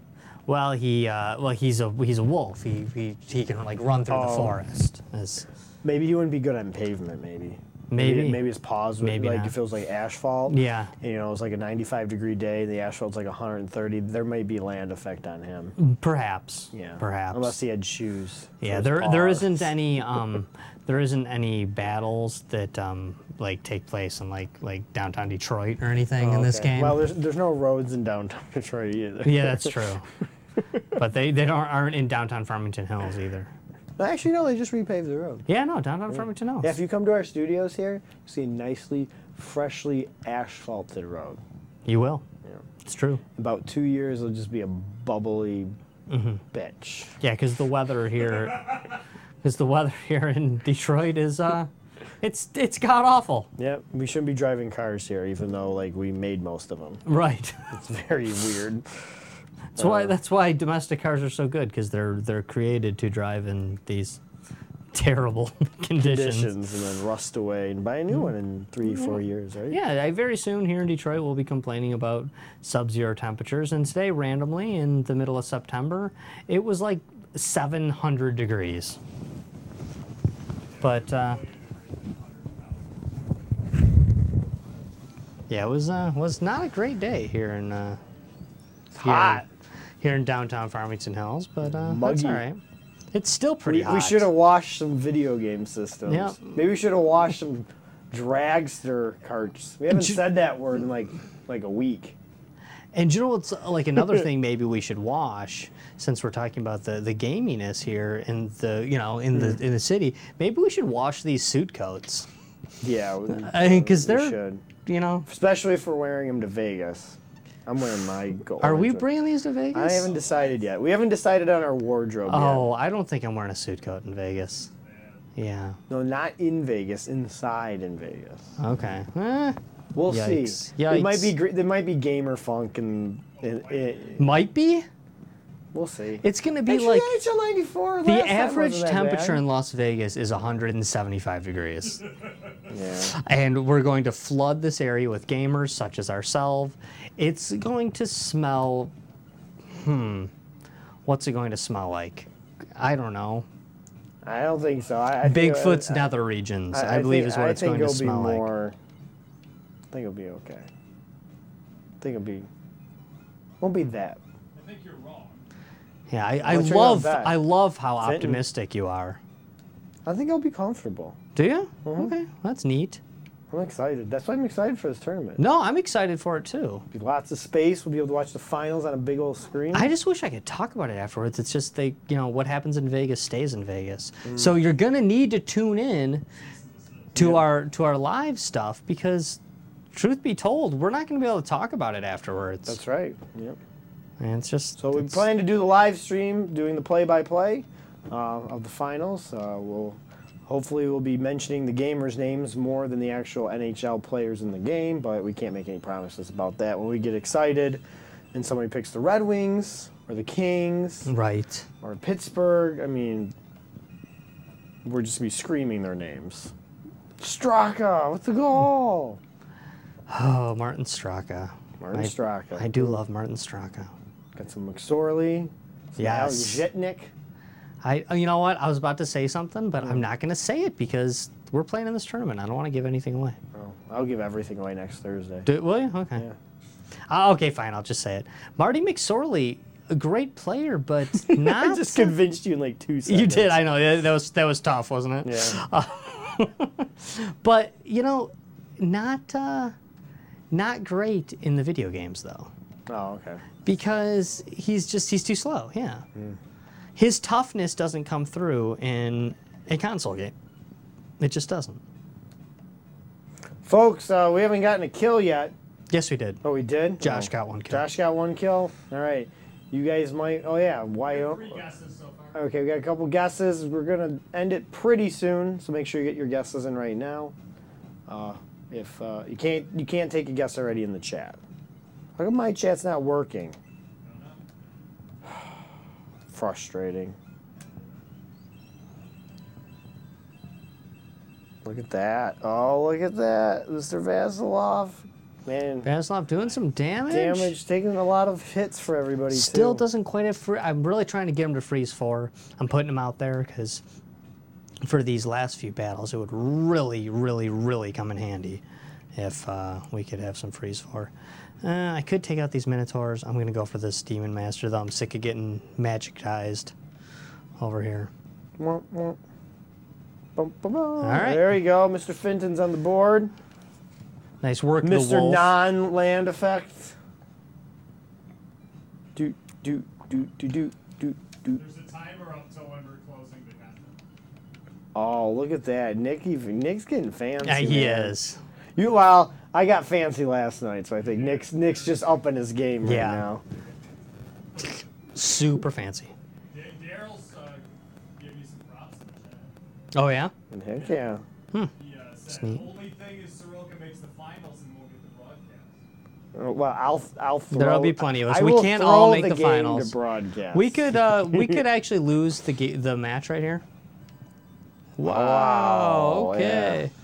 [SPEAKER 1] Well, he uh, well he's a he's a wolf. He he, he can like run through the
[SPEAKER 3] Oh.
[SPEAKER 1] forest. It's-
[SPEAKER 3] Maybe he wouldn't be good on pavement. Maybe.
[SPEAKER 1] Maybe.
[SPEAKER 3] Maybe, his paws would
[SPEAKER 1] Maybe
[SPEAKER 3] like
[SPEAKER 1] not.
[SPEAKER 3] if it was like asphalt.
[SPEAKER 1] Yeah.
[SPEAKER 3] And, you know, it's like a 95 degree day. The asphalt's like 130. There may be land effect on him.
[SPEAKER 1] perhaps.
[SPEAKER 3] Yeah.
[SPEAKER 1] Mm, Perhaps.
[SPEAKER 3] Unless he had shoes. for
[SPEAKER 1] yeah.
[SPEAKER 3] his
[SPEAKER 1] There there
[SPEAKER 3] paws.
[SPEAKER 1] isn't any um there isn't any battles that um like take place in like like downtown Detroit or anything in this
[SPEAKER 3] Oh, Okay.
[SPEAKER 1] game.
[SPEAKER 3] Well, there's, there's no roads in downtown Detroit either.
[SPEAKER 1] yeah, that's true. but they they aren't, aren't in downtown Farmington Hills either.
[SPEAKER 3] Actually, no, they just repaved the road.
[SPEAKER 1] Yeah, no, downtown Farmington Hills.
[SPEAKER 3] Yeah, if you come to our studios here, you see a nicely, freshly asphalted road.
[SPEAKER 1] you will. It's true.
[SPEAKER 3] About two years, it'll just be a bubbly
[SPEAKER 1] Mm-hmm.
[SPEAKER 3] bitch.
[SPEAKER 1] Yeah, because the weather here, because the weather here in Detroit is, uh, it's it's god awful.
[SPEAKER 3] Yeah, we shouldn't be driving cars here, even though like we made most of them.
[SPEAKER 1] Right.
[SPEAKER 3] It's very weird.
[SPEAKER 1] That's why
[SPEAKER 3] Uh.
[SPEAKER 1] that's why domestic cars are so good because they're they're created to drive in these terrible conditions.
[SPEAKER 3] Conditions and then rust away and buy a new one in three, four years, right?
[SPEAKER 1] Mm-hmm. Yeah, I, very soon here in Detroit we'll be complaining about sub-zero temperatures. And today, randomly in the middle of September, it was like 700 degrees. But uh, yeah, it was uh, was not a great day here in uh, it's
[SPEAKER 3] hot.
[SPEAKER 1] here in downtown Farmington Hills. But uh, that's
[SPEAKER 3] Muggy.
[SPEAKER 1] all right. It's still pretty
[SPEAKER 3] We,
[SPEAKER 1] hot.
[SPEAKER 3] we should have washed some video game systems.
[SPEAKER 1] Yeah.
[SPEAKER 3] Maybe we should have washed some dragster carts. We haven't said that word in like like a week.
[SPEAKER 1] And you know what's uh, like another thing maybe we should wash since we're talking about the the gaminess here in the you know in
[SPEAKER 3] Hmm.
[SPEAKER 1] the in the city maybe we should wash these suit coats
[SPEAKER 3] Yeah, we,
[SPEAKER 1] I mean, 'cause
[SPEAKER 3] we
[SPEAKER 1] they're-
[SPEAKER 3] should.
[SPEAKER 1] you know
[SPEAKER 3] especially if we're wearing them to Vegas. I'm wearing my gold.
[SPEAKER 1] are we bringing these to Vegas
[SPEAKER 3] I haven't decided yet. We haven't decided on our wardrobe
[SPEAKER 1] oh I don't think I'm wearing a suit coat in Vegas yeah
[SPEAKER 3] yet. No, not in Vegas. Inside in Vegas.
[SPEAKER 1] okay Eh,
[SPEAKER 3] We'll
[SPEAKER 1] Yikes.
[SPEAKER 3] see. It might be
[SPEAKER 1] Yikes.
[SPEAKER 3] gr- there might be gamer funk and it, it,
[SPEAKER 1] might be
[SPEAKER 3] we'll see.
[SPEAKER 1] it's gonna be
[SPEAKER 3] Actually,
[SPEAKER 1] like
[SPEAKER 3] NHL 94 last
[SPEAKER 1] the
[SPEAKER 3] time
[SPEAKER 1] average
[SPEAKER 3] wasn't that
[SPEAKER 1] temperature
[SPEAKER 3] bad.
[SPEAKER 1] in Las Vegas is 175 degrees.
[SPEAKER 3] yeah.
[SPEAKER 1] and we're going to flood this area with gamers such as ourselves. It's going to smell. Hmm. What's it going to smell like? I don't know.
[SPEAKER 3] I don't think so. I, I think it-
[SPEAKER 1] Bigfoot's nether regions, I, believe,
[SPEAKER 3] think,
[SPEAKER 1] is what
[SPEAKER 3] I
[SPEAKER 1] it's
[SPEAKER 3] think
[SPEAKER 1] going to
[SPEAKER 3] it'll
[SPEAKER 1] smell
[SPEAKER 3] be
[SPEAKER 1] like.
[SPEAKER 3] more, I think it'll be okay. I think it'll be won't be that.
[SPEAKER 5] I think you're wrong.
[SPEAKER 1] Yeah, I, I
[SPEAKER 3] What's your
[SPEAKER 1] love,
[SPEAKER 3] back?
[SPEAKER 1] I love how
[SPEAKER 3] Fitting.
[SPEAKER 1] optimistic you are.
[SPEAKER 3] I think I'll be comfortable.
[SPEAKER 1] Do you?
[SPEAKER 3] Mm-hmm.
[SPEAKER 1] Okay, that's neat.
[SPEAKER 3] I'm excited. That's why I'm excited for this tournament.
[SPEAKER 1] No, I'm excited for it too.
[SPEAKER 3] Be Lots of space. We'll be able to watch the finals on a big old screen.
[SPEAKER 1] I just wish I could talk about it afterwards. It's just they, you know, what happens in Vegas stays in Vegas. So
[SPEAKER 3] Mm.
[SPEAKER 1] you're gonna need to tune in to our to our live stuff because, truth be told, we're not gonna be able to talk about it afterwards.
[SPEAKER 3] That's right. Yep.
[SPEAKER 1] And it's just
[SPEAKER 3] So we
[SPEAKER 1] it's-
[SPEAKER 3] plan to do the live stream, doing the play-by-play uh, of the finals. Uh, we'll hopefully we'll be mentioning the gamers' names more than the actual NHL players in the game, but we can't make any promises about that. When we get excited, and somebody picks the Red Wings or the
[SPEAKER 1] Hmm.
[SPEAKER 3] Kings
[SPEAKER 1] right.
[SPEAKER 3] or Pittsburgh, I mean, we're just gonna be screaming their names. Straka with the goal.
[SPEAKER 1] Oh, Martin Straka.
[SPEAKER 3] Martin
[SPEAKER 1] I-
[SPEAKER 3] Straka.
[SPEAKER 1] I do love Martin Straka.
[SPEAKER 3] Got some McSorley. some Al
[SPEAKER 1] Yes.
[SPEAKER 3] Zitnik.
[SPEAKER 1] I oh, you know what? I was about to say something, but
[SPEAKER 3] Mm.
[SPEAKER 1] I'm not going to say it because we're playing in this tournament. I don't want to give anything away.
[SPEAKER 3] Oh, I'll give everything away next Thursday.
[SPEAKER 1] Do, will you? Okay.
[SPEAKER 3] Yeah.
[SPEAKER 1] Ah, okay, fine. I'll just say it. Marty McSorley, a great player, but not.
[SPEAKER 3] I just convinced you in like two seconds.
[SPEAKER 1] you did. I know that that was that was tough, wasn't it?
[SPEAKER 3] Yeah.
[SPEAKER 1] But you know, not uh, not great in the video games though,
[SPEAKER 3] Oh, okay.
[SPEAKER 1] because he's just he's too slow. Yeah.
[SPEAKER 3] Hmm.
[SPEAKER 1] His toughness doesn't come through in a console game. It just doesn't.
[SPEAKER 3] Folks, uh, we haven't gotten a kill yet.
[SPEAKER 1] Yes, we did.
[SPEAKER 3] Oh, we did?
[SPEAKER 1] Josh
[SPEAKER 3] Oh.
[SPEAKER 1] got one kill.
[SPEAKER 3] Josh got one kill. All right. You guys might. Oh, yeah. Why?
[SPEAKER 5] Three guesses so far.
[SPEAKER 3] Okay, we got a couple guesses. We're going to end it pretty soon, so make sure you get your guesses in right now. Uh, if uh, you can't, you can't take a guess already in the chat. How come my chat's not working? Frustrating. Look at that. Oh, look at that. Mr. Vasilov. Man,
[SPEAKER 1] Vasilov doing some damage.
[SPEAKER 3] damage. Taking a lot of hits for everybody,
[SPEAKER 1] Still
[SPEAKER 3] too.
[SPEAKER 1] doesn't quite have. Free- I'm really trying to get him to freeze four. I'm putting him out there because for these last few battles, it would really, really, really come in handy if uh, we could have some freeze four. Uh, I could take out these minotaurs. I'm gonna go for this demon master though. I'm sick of getting magicized over here.
[SPEAKER 3] All right.
[SPEAKER 1] right.
[SPEAKER 3] There you go. Mr. Fenton's on the board.
[SPEAKER 1] Nice work, the
[SPEAKER 3] Mr.
[SPEAKER 1] wolf.
[SPEAKER 3] Non Land Effect. Do, do, do, do, do, do, do.
[SPEAKER 5] There's a timer up till when we're closing the contest.
[SPEAKER 3] Oh, look at that. Nick even, Nick's getting fancy.
[SPEAKER 1] yeah, Uh, he
[SPEAKER 3] man.
[SPEAKER 1] is.
[SPEAKER 3] You, well, I got fancy last night, so I think Nick's, Nick's just upping his game right
[SPEAKER 1] Yeah.
[SPEAKER 3] now.
[SPEAKER 1] Super fancy.
[SPEAKER 5] Da- Daryl's uh, giving you some props in the chat.
[SPEAKER 1] Oh yeah.
[SPEAKER 3] Heck yeah.
[SPEAKER 5] He uh, said,
[SPEAKER 1] Sneak.
[SPEAKER 5] only thing is Soroka makes the finals and we'll get the broadcast.
[SPEAKER 3] Uh, Well, I'll, I'll throw,
[SPEAKER 1] There'll be plenty of us.
[SPEAKER 3] I
[SPEAKER 1] We
[SPEAKER 3] will
[SPEAKER 1] can't all
[SPEAKER 3] throw
[SPEAKER 1] make
[SPEAKER 3] the,
[SPEAKER 1] the
[SPEAKER 3] game
[SPEAKER 1] finals.
[SPEAKER 3] To broadcast.
[SPEAKER 1] We could uh, we could actually lose the ga- the match right here. Wow.
[SPEAKER 3] Wow,
[SPEAKER 1] okay.
[SPEAKER 3] Oh,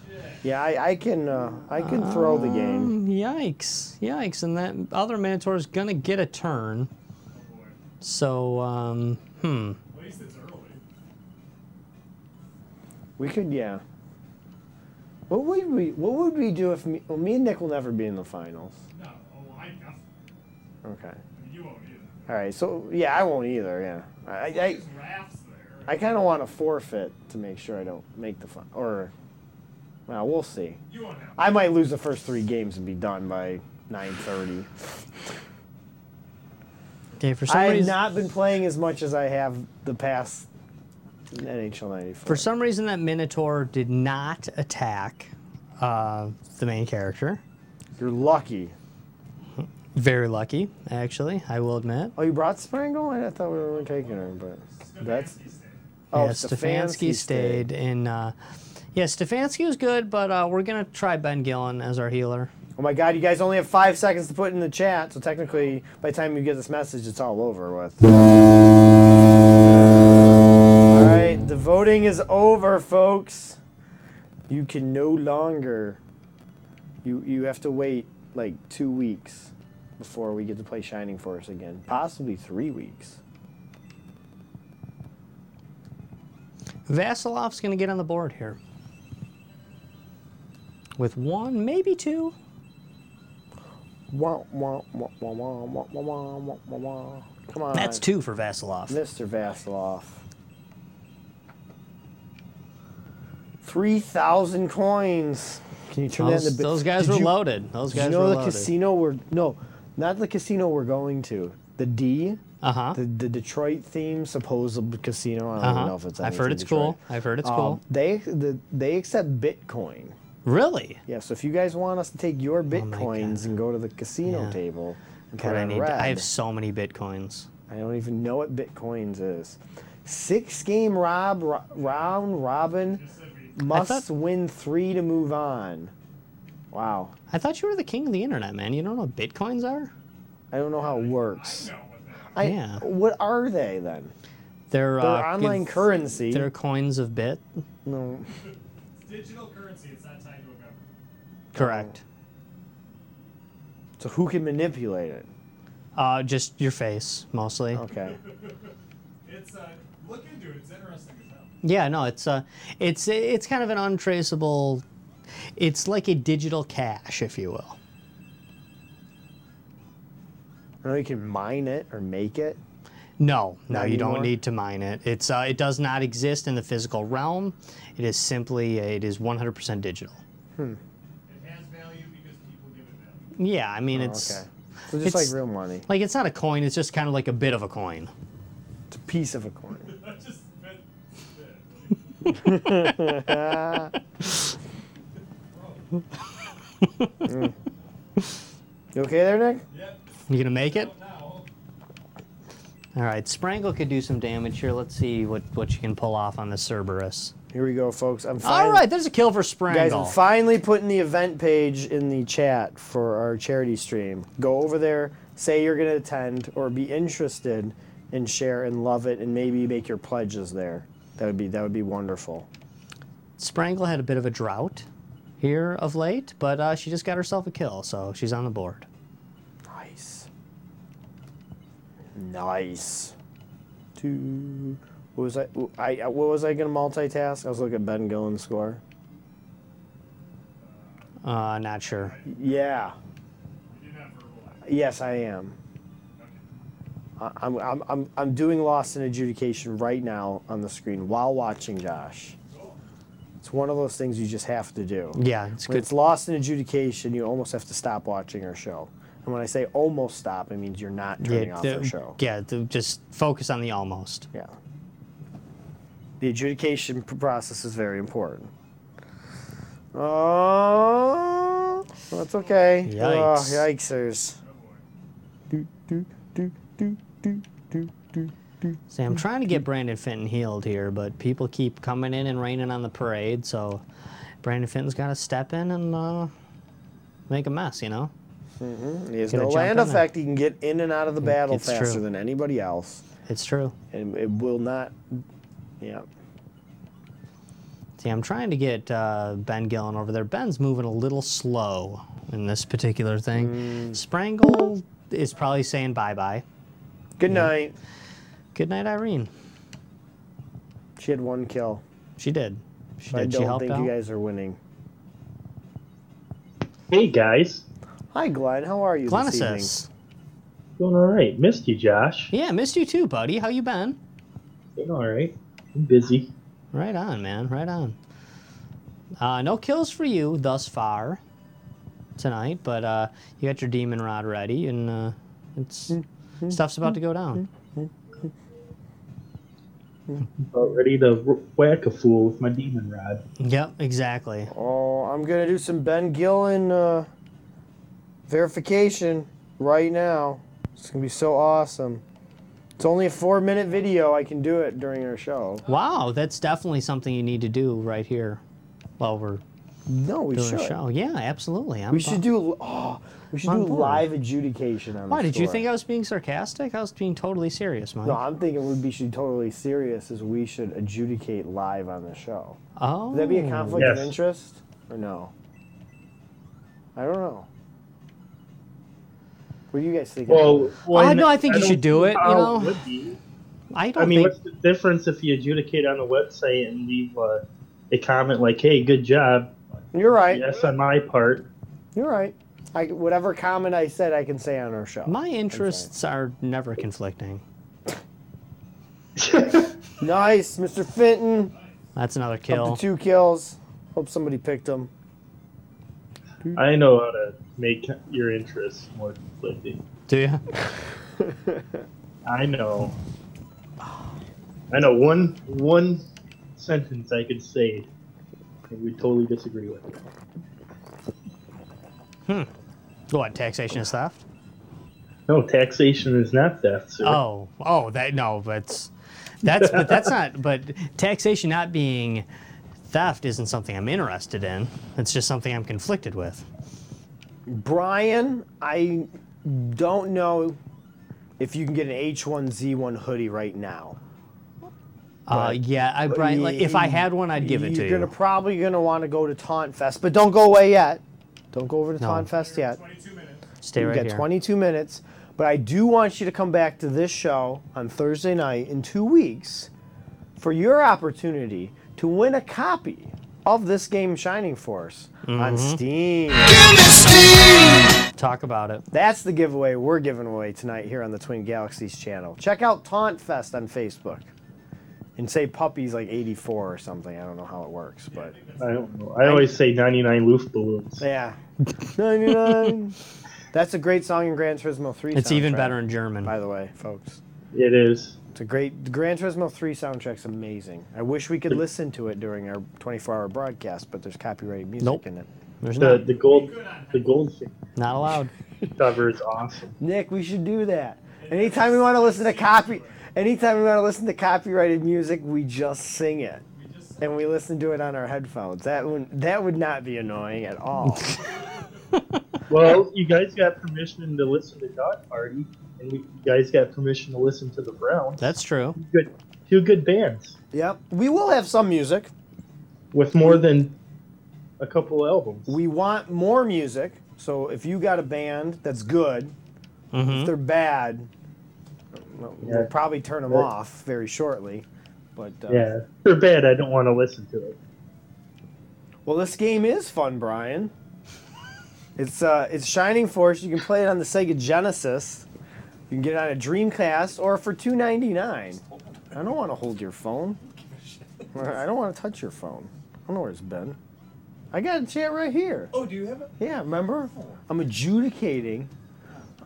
[SPEAKER 3] Yeah, I, I can, uh, I can throw the game.
[SPEAKER 1] Yikes! Yikes! And that other Minotaur is gonna get a turn. So um, hmm.
[SPEAKER 5] At Oh, least it's early.
[SPEAKER 3] We could, yeah. What would we? What would we do if me? Well, me and Nick will never be in the finals.
[SPEAKER 5] No, oh, I, I'm,
[SPEAKER 3] Okay.
[SPEAKER 5] you won't either.
[SPEAKER 3] All right. So yeah, I won't either. Yeah. I I,
[SPEAKER 5] There's rafts there.
[SPEAKER 3] I kind of want to forfeit to make sure I don't make the fin. Or, well, we'll see.
[SPEAKER 5] you won't have
[SPEAKER 3] I might lose the first three games and be done by nine thirty.
[SPEAKER 1] Okay. For some
[SPEAKER 3] I have
[SPEAKER 1] reason,
[SPEAKER 3] not been playing as much as I have the past NHL ninety four.
[SPEAKER 1] for some reason that Minotaur did not attack uh, the main character.
[SPEAKER 3] You're lucky.
[SPEAKER 1] Very lucky, actually. I will admit.
[SPEAKER 3] Oh, you brought Sprangle? I thought we were only taking her, but that's.
[SPEAKER 5] Stefanski's there.
[SPEAKER 3] Oh,
[SPEAKER 1] yeah, Stefanski
[SPEAKER 3] Stefanski
[SPEAKER 1] stayed, and uh, yeah, Stefanski was good, but uh, we're gonna try Ben Gillen as our healer.
[SPEAKER 3] Oh my God! You guys only have five seconds to put in the chat, so technically, by the time you get this message, it's all over with. All right, the voting is over, folks. You can no longer. You you have to wait like two weeks before we get to play Shining Force again. Possibly three weeks.
[SPEAKER 1] Vasilov's gonna get on the board here with one, maybe two.
[SPEAKER 3] Wah, wah, wah, wah, wah, wah, wah, wah, wah, wah, wah. Come on.
[SPEAKER 1] That's two for Vasilov.
[SPEAKER 3] Mr. Vasilov. 3,000 coins. Can you turn
[SPEAKER 1] Those,
[SPEAKER 3] that into bit-
[SPEAKER 1] those guys
[SPEAKER 3] Did
[SPEAKER 1] were
[SPEAKER 3] you-
[SPEAKER 1] loaded. Those
[SPEAKER 3] Did
[SPEAKER 1] guys
[SPEAKER 3] you know
[SPEAKER 1] were
[SPEAKER 3] the
[SPEAKER 1] loaded.
[SPEAKER 3] casino we're. No, not the casino we're going to. The D,
[SPEAKER 1] Uh huh.
[SPEAKER 3] the, the Detroit theme supposed casino. I don't
[SPEAKER 1] Uh
[SPEAKER 3] even know if
[SPEAKER 1] huh.
[SPEAKER 3] it's
[SPEAKER 1] I've
[SPEAKER 3] anything
[SPEAKER 1] heard it's
[SPEAKER 3] Detroit.
[SPEAKER 1] cool. I've heard it's
[SPEAKER 3] Um,
[SPEAKER 1] cool.
[SPEAKER 3] They, the, they accept Bitcoin.
[SPEAKER 1] Really?
[SPEAKER 3] Yeah, so if you guys want us to take your
[SPEAKER 1] Oh my
[SPEAKER 3] Bitcoins and go to the casino
[SPEAKER 1] Yeah.
[SPEAKER 3] table and put
[SPEAKER 1] God, I
[SPEAKER 3] on
[SPEAKER 1] need.
[SPEAKER 3] red.
[SPEAKER 1] I have so many bitcoins.
[SPEAKER 3] I don't even know what bitcoins is. Six game rob ro- round robin
[SPEAKER 5] Just said we
[SPEAKER 3] must
[SPEAKER 1] thought-
[SPEAKER 3] win three to move on. Wow,
[SPEAKER 1] I thought you were the king of the internet, man. You don't know what bitcoins are?
[SPEAKER 3] I don't know how it works.
[SPEAKER 5] know what the
[SPEAKER 3] I,
[SPEAKER 1] Yeah.
[SPEAKER 3] What are they then?
[SPEAKER 1] They're,
[SPEAKER 3] They're
[SPEAKER 1] uh,
[SPEAKER 3] online
[SPEAKER 1] give-
[SPEAKER 3] currency.
[SPEAKER 1] They're coins of bit.
[SPEAKER 3] no,
[SPEAKER 5] It's digital currency. It's not tied to a government.
[SPEAKER 1] Correct.
[SPEAKER 3] so who can manipulate it? Oh.
[SPEAKER 1] Uh, just your face mostly.
[SPEAKER 3] Okay.
[SPEAKER 5] It's uh, look into it. It's interesting as hell.
[SPEAKER 1] Yeah, no, it's uh, it's it's kind of an untraceable. It's like a digital cash, if you will.
[SPEAKER 3] I know you can mine it or make it.
[SPEAKER 1] No, no,
[SPEAKER 3] Not
[SPEAKER 1] you
[SPEAKER 3] anymore?
[SPEAKER 1] don't need to mine it. It's uh, it does not exist in the physical realm. It is simply it is 100% digital.
[SPEAKER 5] It has value because people give it value.
[SPEAKER 1] Yeah, I mean it's
[SPEAKER 3] Oh, Okay. So just
[SPEAKER 1] it's-
[SPEAKER 3] like real money,
[SPEAKER 1] like it's not a coin. It's just kind of like a bit of a coin.
[SPEAKER 3] it's a piece of a coin.
[SPEAKER 5] That just that, that,
[SPEAKER 3] You okay there, Nick?
[SPEAKER 5] Yep.
[SPEAKER 1] You gonna make it?
[SPEAKER 5] Well, now
[SPEAKER 1] All right, Sprangle could do some damage here. Let's see what what you can pull off on the Cerberus.
[SPEAKER 3] Here we go, folks. I'm
[SPEAKER 1] All
[SPEAKER 3] fine.
[SPEAKER 1] right, there's a kill for
[SPEAKER 3] Guys, I'm
[SPEAKER 1] Sprangle.
[SPEAKER 3] finally putting the event page in the chat for our charity stream. Go over there, say you're going to attend or be interested and share and love it and maybe make your pledges there. That would be that would be wonderful.
[SPEAKER 1] Sprangle had a bit of a drought here of late, but uh, she just got herself a kill, so she's on the board.
[SPEAKER 3] Nice. Nice. Two. What was I, I I- what was I going to multitask? I was looking at Ben Gillen's score.
[SPEAKER 1] Uh, not sure.
[SPEAKER 3] Yeah.
[SPEAKER 5] you're not verbalizing.
[SPEAKER 3] Yes, I am. I- I'm, I'm, I'm, I'm doing Lost in Adjudication right now on the screen while watching Josh. It's one of those things you just have to do.
[SPEAKER 1] Yeah, it's
[SPEAKER 3] When
[SPEAKER 1] good.
[SPEAKER 3] it's Lost in Adjudication, you almost have to stop watching our show. And when I say almost stop, it means you're not turning
[SPEAKER 1] yeah,
[SPEAKER 3] off
[SPEAKER 1] the-
[SPEAKER 3] our show.
[SPEAKER 1] yeah, the- just focus on the almost.
[SPEAKER 3] Yeah. The adjudication p- process is very important. Oh, that's okay. Oh,
[SPEAKER 1] Yikes.
[SPEAKER 3] yikesers. Do, do, do, do, do, do, do.
[SPEAKER 1] See, I'm trying to get Brandon Fenton healed here, but people keep coming in and raining on the parade, so Brandon Fenton's got to step in and uh, make a mess, you know?
[SPEAKER 3] He has
[SPEAKER 1] Gonna
[SPEAKER 3] no
[SPEAKER 1] jump
[SPEAKER 3] land
[SPEAKER 1] on that.
[SPEAKER 3] effect. He can get in and out of the battle
[SPEAKER 1] It's
[SPEAKER 3] faster
[SPEAKER 1] true.
[SPEAKER 3] than anybody else.
[SPEAKER 1] It's true.
[SPEAKER 3] And it will not. Yeah.
[SPEAKER 1] See, I'm trying to get uh, Ben Gillen over there. Ben's moving a little slow in this particular thing.
[SPEAKER 3] Mm.
[SPEAKER 1] Sprangle is probably saying bye bye.
[SPEAKER 3] Good night.
[SPEAKER 1] Good night, Irene.
[SPEAKER 3] She had one kill.
[SPEAKER 1] She did. She
[SPEAKER 3] I
[SPEAKER 1] did. She
[SPEAKER 3] don't
[SPEAKER 1] helped
[SPEAKER 3] think
[SPEAKER 1] out.
[SPEAKER 3] you guys are winning.
[SPEAKER 6] Hey guys,
[SPEAKER 3] Hi, Glenn. How are you this evening?
[SPEAKER 1] Glenisus.
[SPEAKER 6] doing all right. Missed you, Josh.
[SPEAKER 1] Yeah, missed you too, buddy. How you been?
[SPEAKER 6] Doing all right. I'm busy.
[SPEAKER 1] Right on, man. Right on. Uh, no kills for you thus far tonight, but uh, you got your demon rod ready, and uh, it's
[SPEAKER 3] Mm-hmm.
[SPEAKER 1] stuff's about to go down.
[SPEAKER 6] About ready to wh- whack a fool with my demon rod.
[SPEAKER 3] Mm-hmm.
[SPEAKER 1] Yep, exactly.
[SPEAKER 3] Oh, I'm gonna do some Ben Gillen uh, verification right now. It's gonna be so awesome. It's only a four-minute video. I can do it during our show.
[SPEAKER 1] Wow, that's definitely something you need to do right here while we're
[SPEAKER 3] No, we
[SPEAKER 1] doing
[SPEAKER 3] should.
[SPEAKER 1] a show. Yeah, absolutely. I'm
[SPEAKER 3] We should do. Oh, we should
[SPEAKER 1] On
[SPEAKER 3] do
[SPEAKER 1] board.
[SPEAKER 3] live adjudication on.
[SPEAKER 1] Why
[SPEAKER 3] the
[SPEAKER 1] did you
[SPEAKER 3] score.
[SPEAKER 1] think I was being sarcastic? I was being totally serious, Mike.
[SPEAKER 3] No, I'm thinking we'd be should totally serious. Is we should adjudicate live on the show.
[SPEAKER 1] oh,
[SPEAKER 3] Would that be a conflict of
[SPEAKER 6] Yes.
[SPEAKER 3] interest or no? I don't know. What do you guys think?
[SPEAKER 6] Well,
[SPEAKER 1] well, Oh, I know, I think you should do it, you know?
[SPEAKER 6] you know.
[SPEAKER 1] I don't
[SPEAKER 6] I mean,
[SPEAKER 1] think.
[SPEAKER 6] what's the difference if you adjudicate on the website and leave uh, a comment like, "Hey, good job."
[SPEAKER 3] You're right.
[SPEAKER 6] Yes, on my part.
[SPEAKER 3] You're right. I, whatever comment I said, I can say on our show.
[SPEAKER 1] My interests are never conflicting.
[SPEAKER 3] Nice, Mr. Fenton.
[SPEAKER 1] That's another
[SPEAKER 3] Up
[SPEAKER 1] kill.
[SPEAKER 3] to two kills. Hope somebody picked him.
[SPEAKER 6] I know how to make your interests more conflicting.
[SPEAKER 1] Do you?
[SPEAKER 6] I know. I know one one sentence I could say and would totally disagree with. it.
[SPEAKER 1] What, taxation is theft?
[SPEAKER 6] No, taxation is not theft, sir.
[SPEAKER 1] Oh, oh, that no, but that's but that's not. But taxation not being theft isn't something I'm interested in. It's just something I'm conflicted with.
[SPEAKER 3] Brian, I don't know if you can get an H1Z1 hoodie right now.
[SPEAKER 1] Uh, yeah, I Brian, like, if I had one, I'd give it to
[SPEAKER 3] You're gonna
[SPEAKER 1] you.
[SPEAKER 3] probably gonna want to go to Taunt Fest, but don't go away yet. Don't go over to
[SPEAKER 1] No.
[SPEAKER 3] Taunt Fest yet.
[SPEAKER 5] 22 minutes.
[SPEAKER 1] Stay
[SPEAKER 3] You've
[SPEAKER 1] right
[SPEAKER 3] got
[SPEAKER 1] here.
[SPEAKER 3] 22 minutes, but I do want you to come back to this show on Thursday night in two weeks for your opportunity to win a copy of this game, Shining Force, on
[SPEAKER 1] Mm-hmm.
[SPEAKER 3] Steam.
[SPEAKER 1] Talk about it.
[SPEAKER 3] That's the giveaway we're giving away tonight here on the Twin Galaxies channel. Check out Taunt Fest on Facebook. And say puppies like 84 or something. I don't know how it works, but
[SPEAKER 6] I don't know. I always say 99 loof balloons.
[SPEAKER 3] yeah. 99. That's a great song in Gran Turismo 3.
[SPEAKER 1] It's even
[SPEAKER 3] soundtrack,
[SPEAKER 1] better in German.
[SPEAKER 3] by the way, folks.
[SPEAKER 6] It is.
[SPEAKER 3] It's a great the Gran Turismo 3 soundtrack's amazing. I wish we could listen to it during our 24-hour broadcast, but there's copyrighted music
[SPEAKER 1] Nope.
[SPEAKER 3] in it.
[SPEAKER 1] There's
[SPEAKER 6] The,
[SPEAKER 1] not,
[SPEAKER 6] the gold the gold
[SPEAKER 1] not allowed.
[SPEAKER 6] cover is awesome.
[SPEAKER 3] Nick, we should do that. Anytime we want to listen to copy, anytime we want to listen to copyrighted music, we just sing it, and we listen to it on our headphones. That would that would not be annoying at all.
[SPEAKER 6] Well, you guys got permission to listen to Dog Party, and we, you guys got permission to listen to The Browns.
[SPEAKER 1] That's true.
[SPEAKER 6] Good, two good bands
[SPEAKER 3] yep, we will have some music.
[SPEAKER 6] with more than a couple albums.
[SPEAKER 3] We want more music. So if you got a band that's good,
[SPEAKER 1] Hmm? Mm-hmm.
[SPEAKER 3] if they're bad, we'll,
[SPEAKER 6] Yeah.
[SPEAKER 3] we'll probably turn them
[SPEAKER 6] Right.
[SPEAKER 3] off very shortly. But uh,
[SPEAKER 6] yeah, if they're bad. I don't want to listen to it.
[SPEAKER 3] Well, this game is fun, Brian. It's uh, it's Shining Force. You can play it on the Sega Genesis. You can get it on a Dreamcast or for two ninety nine. I don't want to hold your phone. I don't want to touch your phone. I don't know where it's been. I got a chat right here.
[SPEAKER 7] Oh, do you have it?
[SPEAKER 3] Yeah, remember? I'm adjudicating.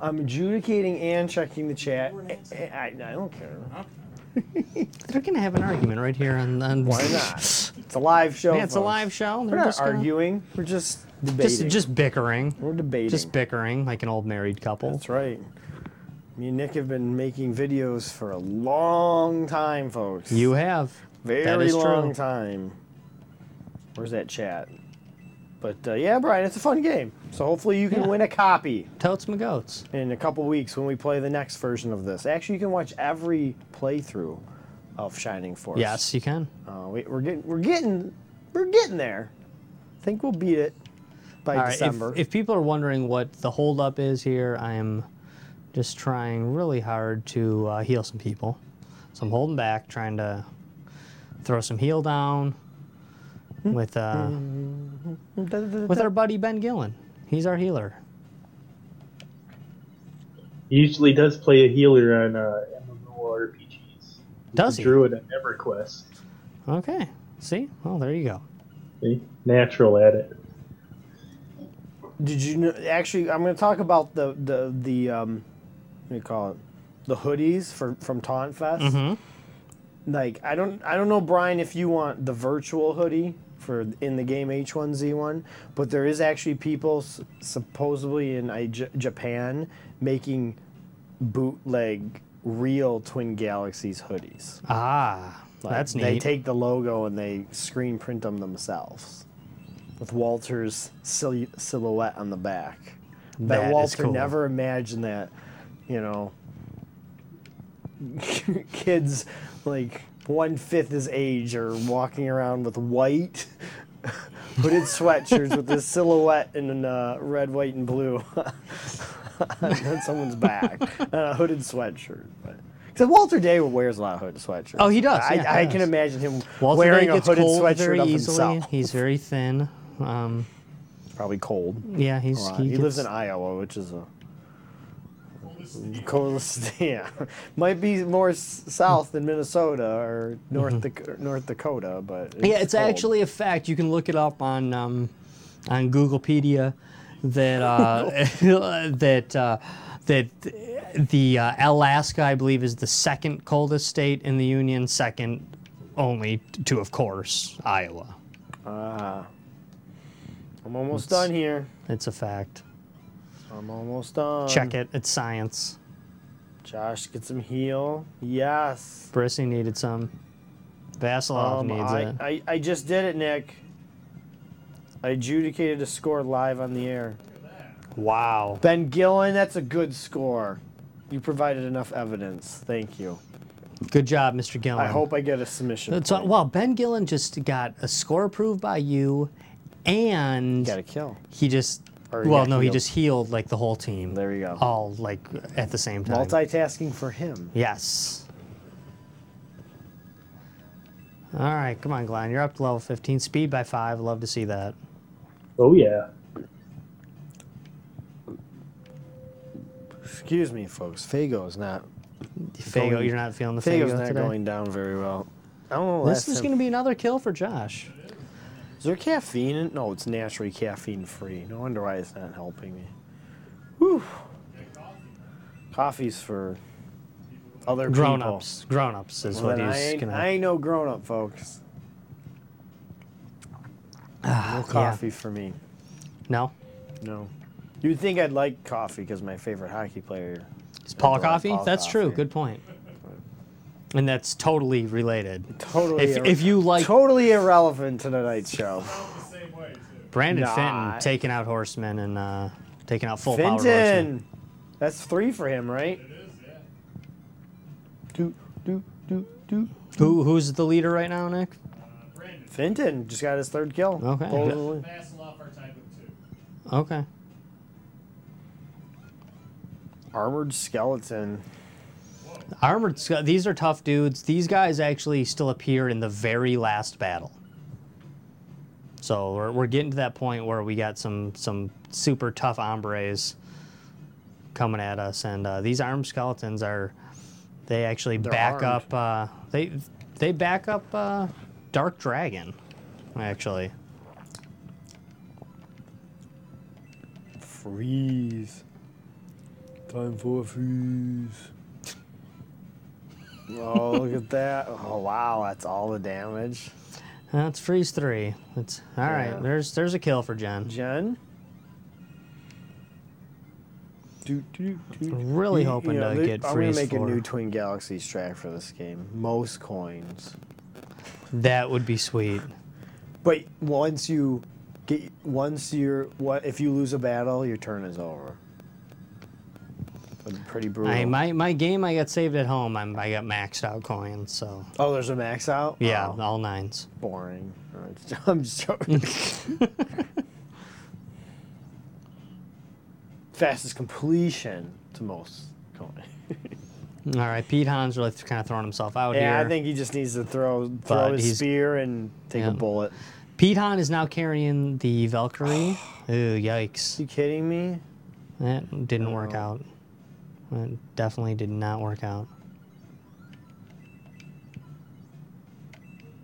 [SPEAKER 3] I'm adjudicating and checking the chat. I, I- I don't care.
[SPEAKER 1] They're gonna have an argument right here on. on
[SPEAKER 3] Why not? It's a live show.
[SPEAKER 1] Yeah, it's a
[SPEAKER 3] folks.
[SPEAKER 1] live show.
[SPEAKER 3] We're
[SPEAKER 1] They're
[SPEAKER 3] not
[SPEAKER 1] just gonna-
[SPEAKER 3] arguing. We're just debating.
[SPEAKER 1] Just, just bickering.
[SPEAKER 3] we're debating.
[SPEAKER 1] Just bickering like an old married couple.
[SPEAKER 3] That's right. Me and Nick have been making videos for a long time, folks.
[SPEAKER 1] You have.
[SPEAKER 3] very
[SPEAKER 1] is true.
[SPEAKER 3] long time. Where's that chat? But uh, yeah, Brian, it's a fun game. So hopefully you can
[SPEAKER 1] Yeah.
[SPEAKER 3] win a copy
[SPEAKER 1] Totes my goats.
[SPEAKER 3] in a couple weeks when we play the next version of this. Actually, you can watch every playthrough of Shining Force.
[SPEAKER 1] Yes, you can.
[SPEAKER 3] Uh, we, we're getting we're getting we're getting there. I think we'll beat it by
[SPEAKER 1] All right. If,
[SPEAKER 3] December.
[SPEAKER 1] if people are wondering what the holdup is here, I am just trying really hard to uh, heal some people. So I'm holding back, trying to throw some heal down
[SPEAKER 3] Hmm.
[SPEAKER 1] with uh, with our buddy Ben Gillen. He's our healer.
[SPEAKER 6] He usually does play a healer on uh, MMORPGs.
[SPEAKER 1] Does he?
[SPEAKER 6] Druid on EverQuest.
[SPEAKER 1] Okay. See? Well, there you go.
[SPEAKER 6] See? Natural at it.
[SPEAKER 3] Did you know, actually? I'm going to talk about the the the um, what do you call it? The hoodies for from Taunt Fest. Like I don't I don't know Brian if you want the virtual hoodie for in the game H1Z1, but there is actually people s- supposedly in I, J- Japan making bootleg real Twin Galaxies hoodies.
[SPEAKER 1] Ah, that's neat.
[SPEAKER 3] They take the logo and they screen print them themselves with Walter's sil- silhouette on the back.
[SPEAKER 1] That
[SPEAKER 3] That
[SPEAKER 1] is
[SPEAKER 3] Walter
[SPEAKER 1] cool.
[SPEAKER 3] never imagined that, you know, kids like one fifth his age are walking around with white hooded sweatshirts with this silhouette in uh, red, white, and blue on someone's back on a hooded sweatshirt. But, Except Walter Day wears a lot of hooded sweatshirts.
[SPEAKER 1] Oh, he does,
[SPEAKER 3] I,
[SPEAKER 1] yeah, he
[SPEAKER 3] I
[SPEAKER 1] does.
[SPEAKER 3] can imagine him
[SPEAKER 1] Walter Day
[SPEAKER 3] wearing a
[SPEAKER 1] gets
[SPEAKER 3] hooded
[SPEAKER 1] cold
[SPEAKER 3] sweatshirt
[SPEAKER 1] very
[SPEAKER 3] of
[SPEAKER 1] easily.
[SPEAKER 3] himself.
[SPEAKER 1] He's very thin. Um,
[SPEAKER 3] Probably cold.
[SPEAKER 1] yeah, he's
[SPEAKER 3] He,
[SPEAKER 1] gets-
[SPEAKER 3] lives in Iowa, which is a coldest. Yeah, might be more s- south than Minnesota or North Dac- or North Dakota, but
[SPEAKER 1] Mm-hmm. Yeah, it's
[SPEAKER 3] cold.
[SPEAKER 1] actually a fact. You can look it up on um, on Googlepedia that uh, that uh, that the uh, Alaska, I believe, is the second coldest state in the union, second only to, of course, Iowa.
[SPEAKER 3] Ah. I'm almost done here.
[SPEAKER 1] It's a fact.
[SPEAKER 3] I'm I'm almost done.
[SPEAKER 1] Check it. It's science.
[SPEAKER 3] Josh, get some heal. Yes.
[SPEAKER 1] Brissy needed some. Vasilov
[SPEAKER 3] Um,
[SPEAKER 1] needs
[SPEAKER 3] I,
[SPEAKER 1] it.
[SPEAKER 3] I, I just did it, Nick. I adjudicated a score live on the air.
[SPEAKER 1] Wow.
[SPEAKER 3] Ben Gillen, that's a good score. You provided enough evidence. Thank you.
[SPEAKER 1] Good job, Mr. Gillen.
[SPEAKER 3] I hope I get a submission.
[SPEAKER 1] That's all-
[SPEAKER 3] point.
[SPEAKER 1] well, Ben Gillen just got a score approved by you, and
[SPEAKER 3] Got a kill.
[SPEAKER 1] he just.
[SPEAKER 3] Or he
[SPEAKER 1] well,
[SPEAKER 3] got
[SPEAKER 1] no, he
[SPEAKER 3] healed.
[SPEAKER 1] just healed like the whole team.
[SPEAKER 3] There you go.
[SPEAKER 1] All like at the same time.
[SPEAKER 3] Multitasking for him.
[SPEAKER 1] Yes. All right, come on, Glenn. You're up to level 15. Speed by five. Love to see that.
[SPEAKER 6] Oh yeah.
[SPEAKER 3] Excuse me, folks. Fago's not.
[SPEAKER 1] Fago, you're not feeling the
[SPEAKER 3] Fago's
[SPEAKER 1] Fago
[SPEAKER 3] not
[SPEAKER 1] today.
[SPEAKER 3] going down very well. I don't know.
[SPEAKER 1] this is going
[SPEAKER 3] gonna
[SPEAKER 1] to be another kill for Josh.
[SPEAKER 3] is there caffeine? in No, it's naturally caffeine free. No wonder why it's not helping me. Whew. Coffee's for other
[SPEAKER 1] Grown
[SPEAKER 3] people.
[SPEAKER 1] ups. Grown ups is
[SPEAKER 3] Well,
[SPEAKER 1] what
[SPEAKER 3] then I,
[SPEAKER 1] he's
[SPEAKER 3] ain't,
[SPEAKER 1] going
[SPEAKER 3] I
[SPEAKER 1] to.
[SPEAKER 3] ain't no grown up, folks.
[SPEAKER 1] Ah,
[SPEAKER 3] No coffee for me.
[SPEAKER 1] No?
[SPEAKER 3] No. You'd think I'd like coffee because my favorite hockey player.
[SPEAKER 1] It's Paul
[SPEAKER 3] Paul
[SPEAKER 1] Coffee? that's true.
[SPEAKER 3] Coffey.
[SPEAKER 1] Good point. And that's totally related.
[SPEAKER 3] Totally.
[SPEAKER 1] If,
[SPEAKER 3] ir-
[SPEAKER 1] if you like
[SPEAKER 3] totally irrelevant to tonight's show.
[SPEAKER 5] the same way, too.
[SPEAKER 1] Brandon
[SPEAKER 3] Nah.
[SPEAKER 1] Fenton taking out Horseman and uh, taking out full power Horseman.
[SPEAKER 3] Fenton. That's three for him, right?
[SPEAKER 5] It is, yeah.
[SPEAKER 3] Do do do do.
[SPEAKER 1] Who, who's the leader right now, Nick?
[SPEAKER 5] Uh, Brandon,
[SPEAKER 3] Finton just got his third kill.
[SPEAKER 1] Okay.
[SPEAKER 3] Goal of the win.
[SPEAKER 5] Vasilov are tied with two.
[SPEAKER 1] Okay.
[SPEAKER 3] Armored skeleton.
[SPEAKER 1] Armored Sc- these are tough dudes. These guys actually still appear in the very last battle. So we're, we're getting to that point where we got some some super tough hombres coming at us, and uh, these armed skeletons are they actually back
[SPEAKER 3] armed.
[SPEAKER 1] up uh, they they back up uh, Dark Dragon actually.
[SPEAKER 3] Freeze. Time for a freeze. oh, look at that. Oh, wow. That's all the damage.
[SPEAKER 1] That's freeze three. That's all right.
[SPEAKER 3] Yeah.
[SPEAKER 1] There's there's a kill for Jen.
[SPEAKER 3] Jen? Do, do, do.
[SPEAKER 1] Really hoping to
[SPEAKER 3] they-
[SPEAKER 1] get
[SPEAKER 3] I'm
[SPEAKER 1] freeze
[SPEAKER 3] gonna make
[SPEAKER 1] four.
[SPEAKER 3] a new Twin Galaxies track for this game. Most coins.
[SPEAKER 1] That would be sweet.
[SPEAKER 3] But once you get, once you're, what if you lose a battle, your turn is over. That's pretty brutal.
[SPEAKER 1] I, my my game I got saved at home. I'm, I got maxed out coins, so
[SPEAKER 3] oh, there's a max out.
[SPEAKER 1] yeah,
[SPEAKER 3] Oh,
[SPEAKER 1] all nines.
[SPEAKER 3] boring. No, it's- I'm just joking. Fastest completion to most coin.
[SPEAKER 1] All right, Pete Hans really kind of throwing himself out
[SPEAKER 3] Yeah,
[SPEAKER 1] here.
[SPEAKER 3] I think he just needs to throw throw
[SPEAKER 1] But
[SPEAKER 3] his
[SPEAKER 1] he's-
[SPEAKER 3] spear and take
[SPEAKER 1] yeah.
[SPEAKER 3] a bullet.
[SPEAKER 1] Pete Han is now carrying the Valkyrie. Ooh, yikes!
[SPEAKER 3] You kidding me?
[SPEAKER 1] That didn't work
[SPEAKER 3] No.
[SPEAKER 1] out. That definitely did not work out.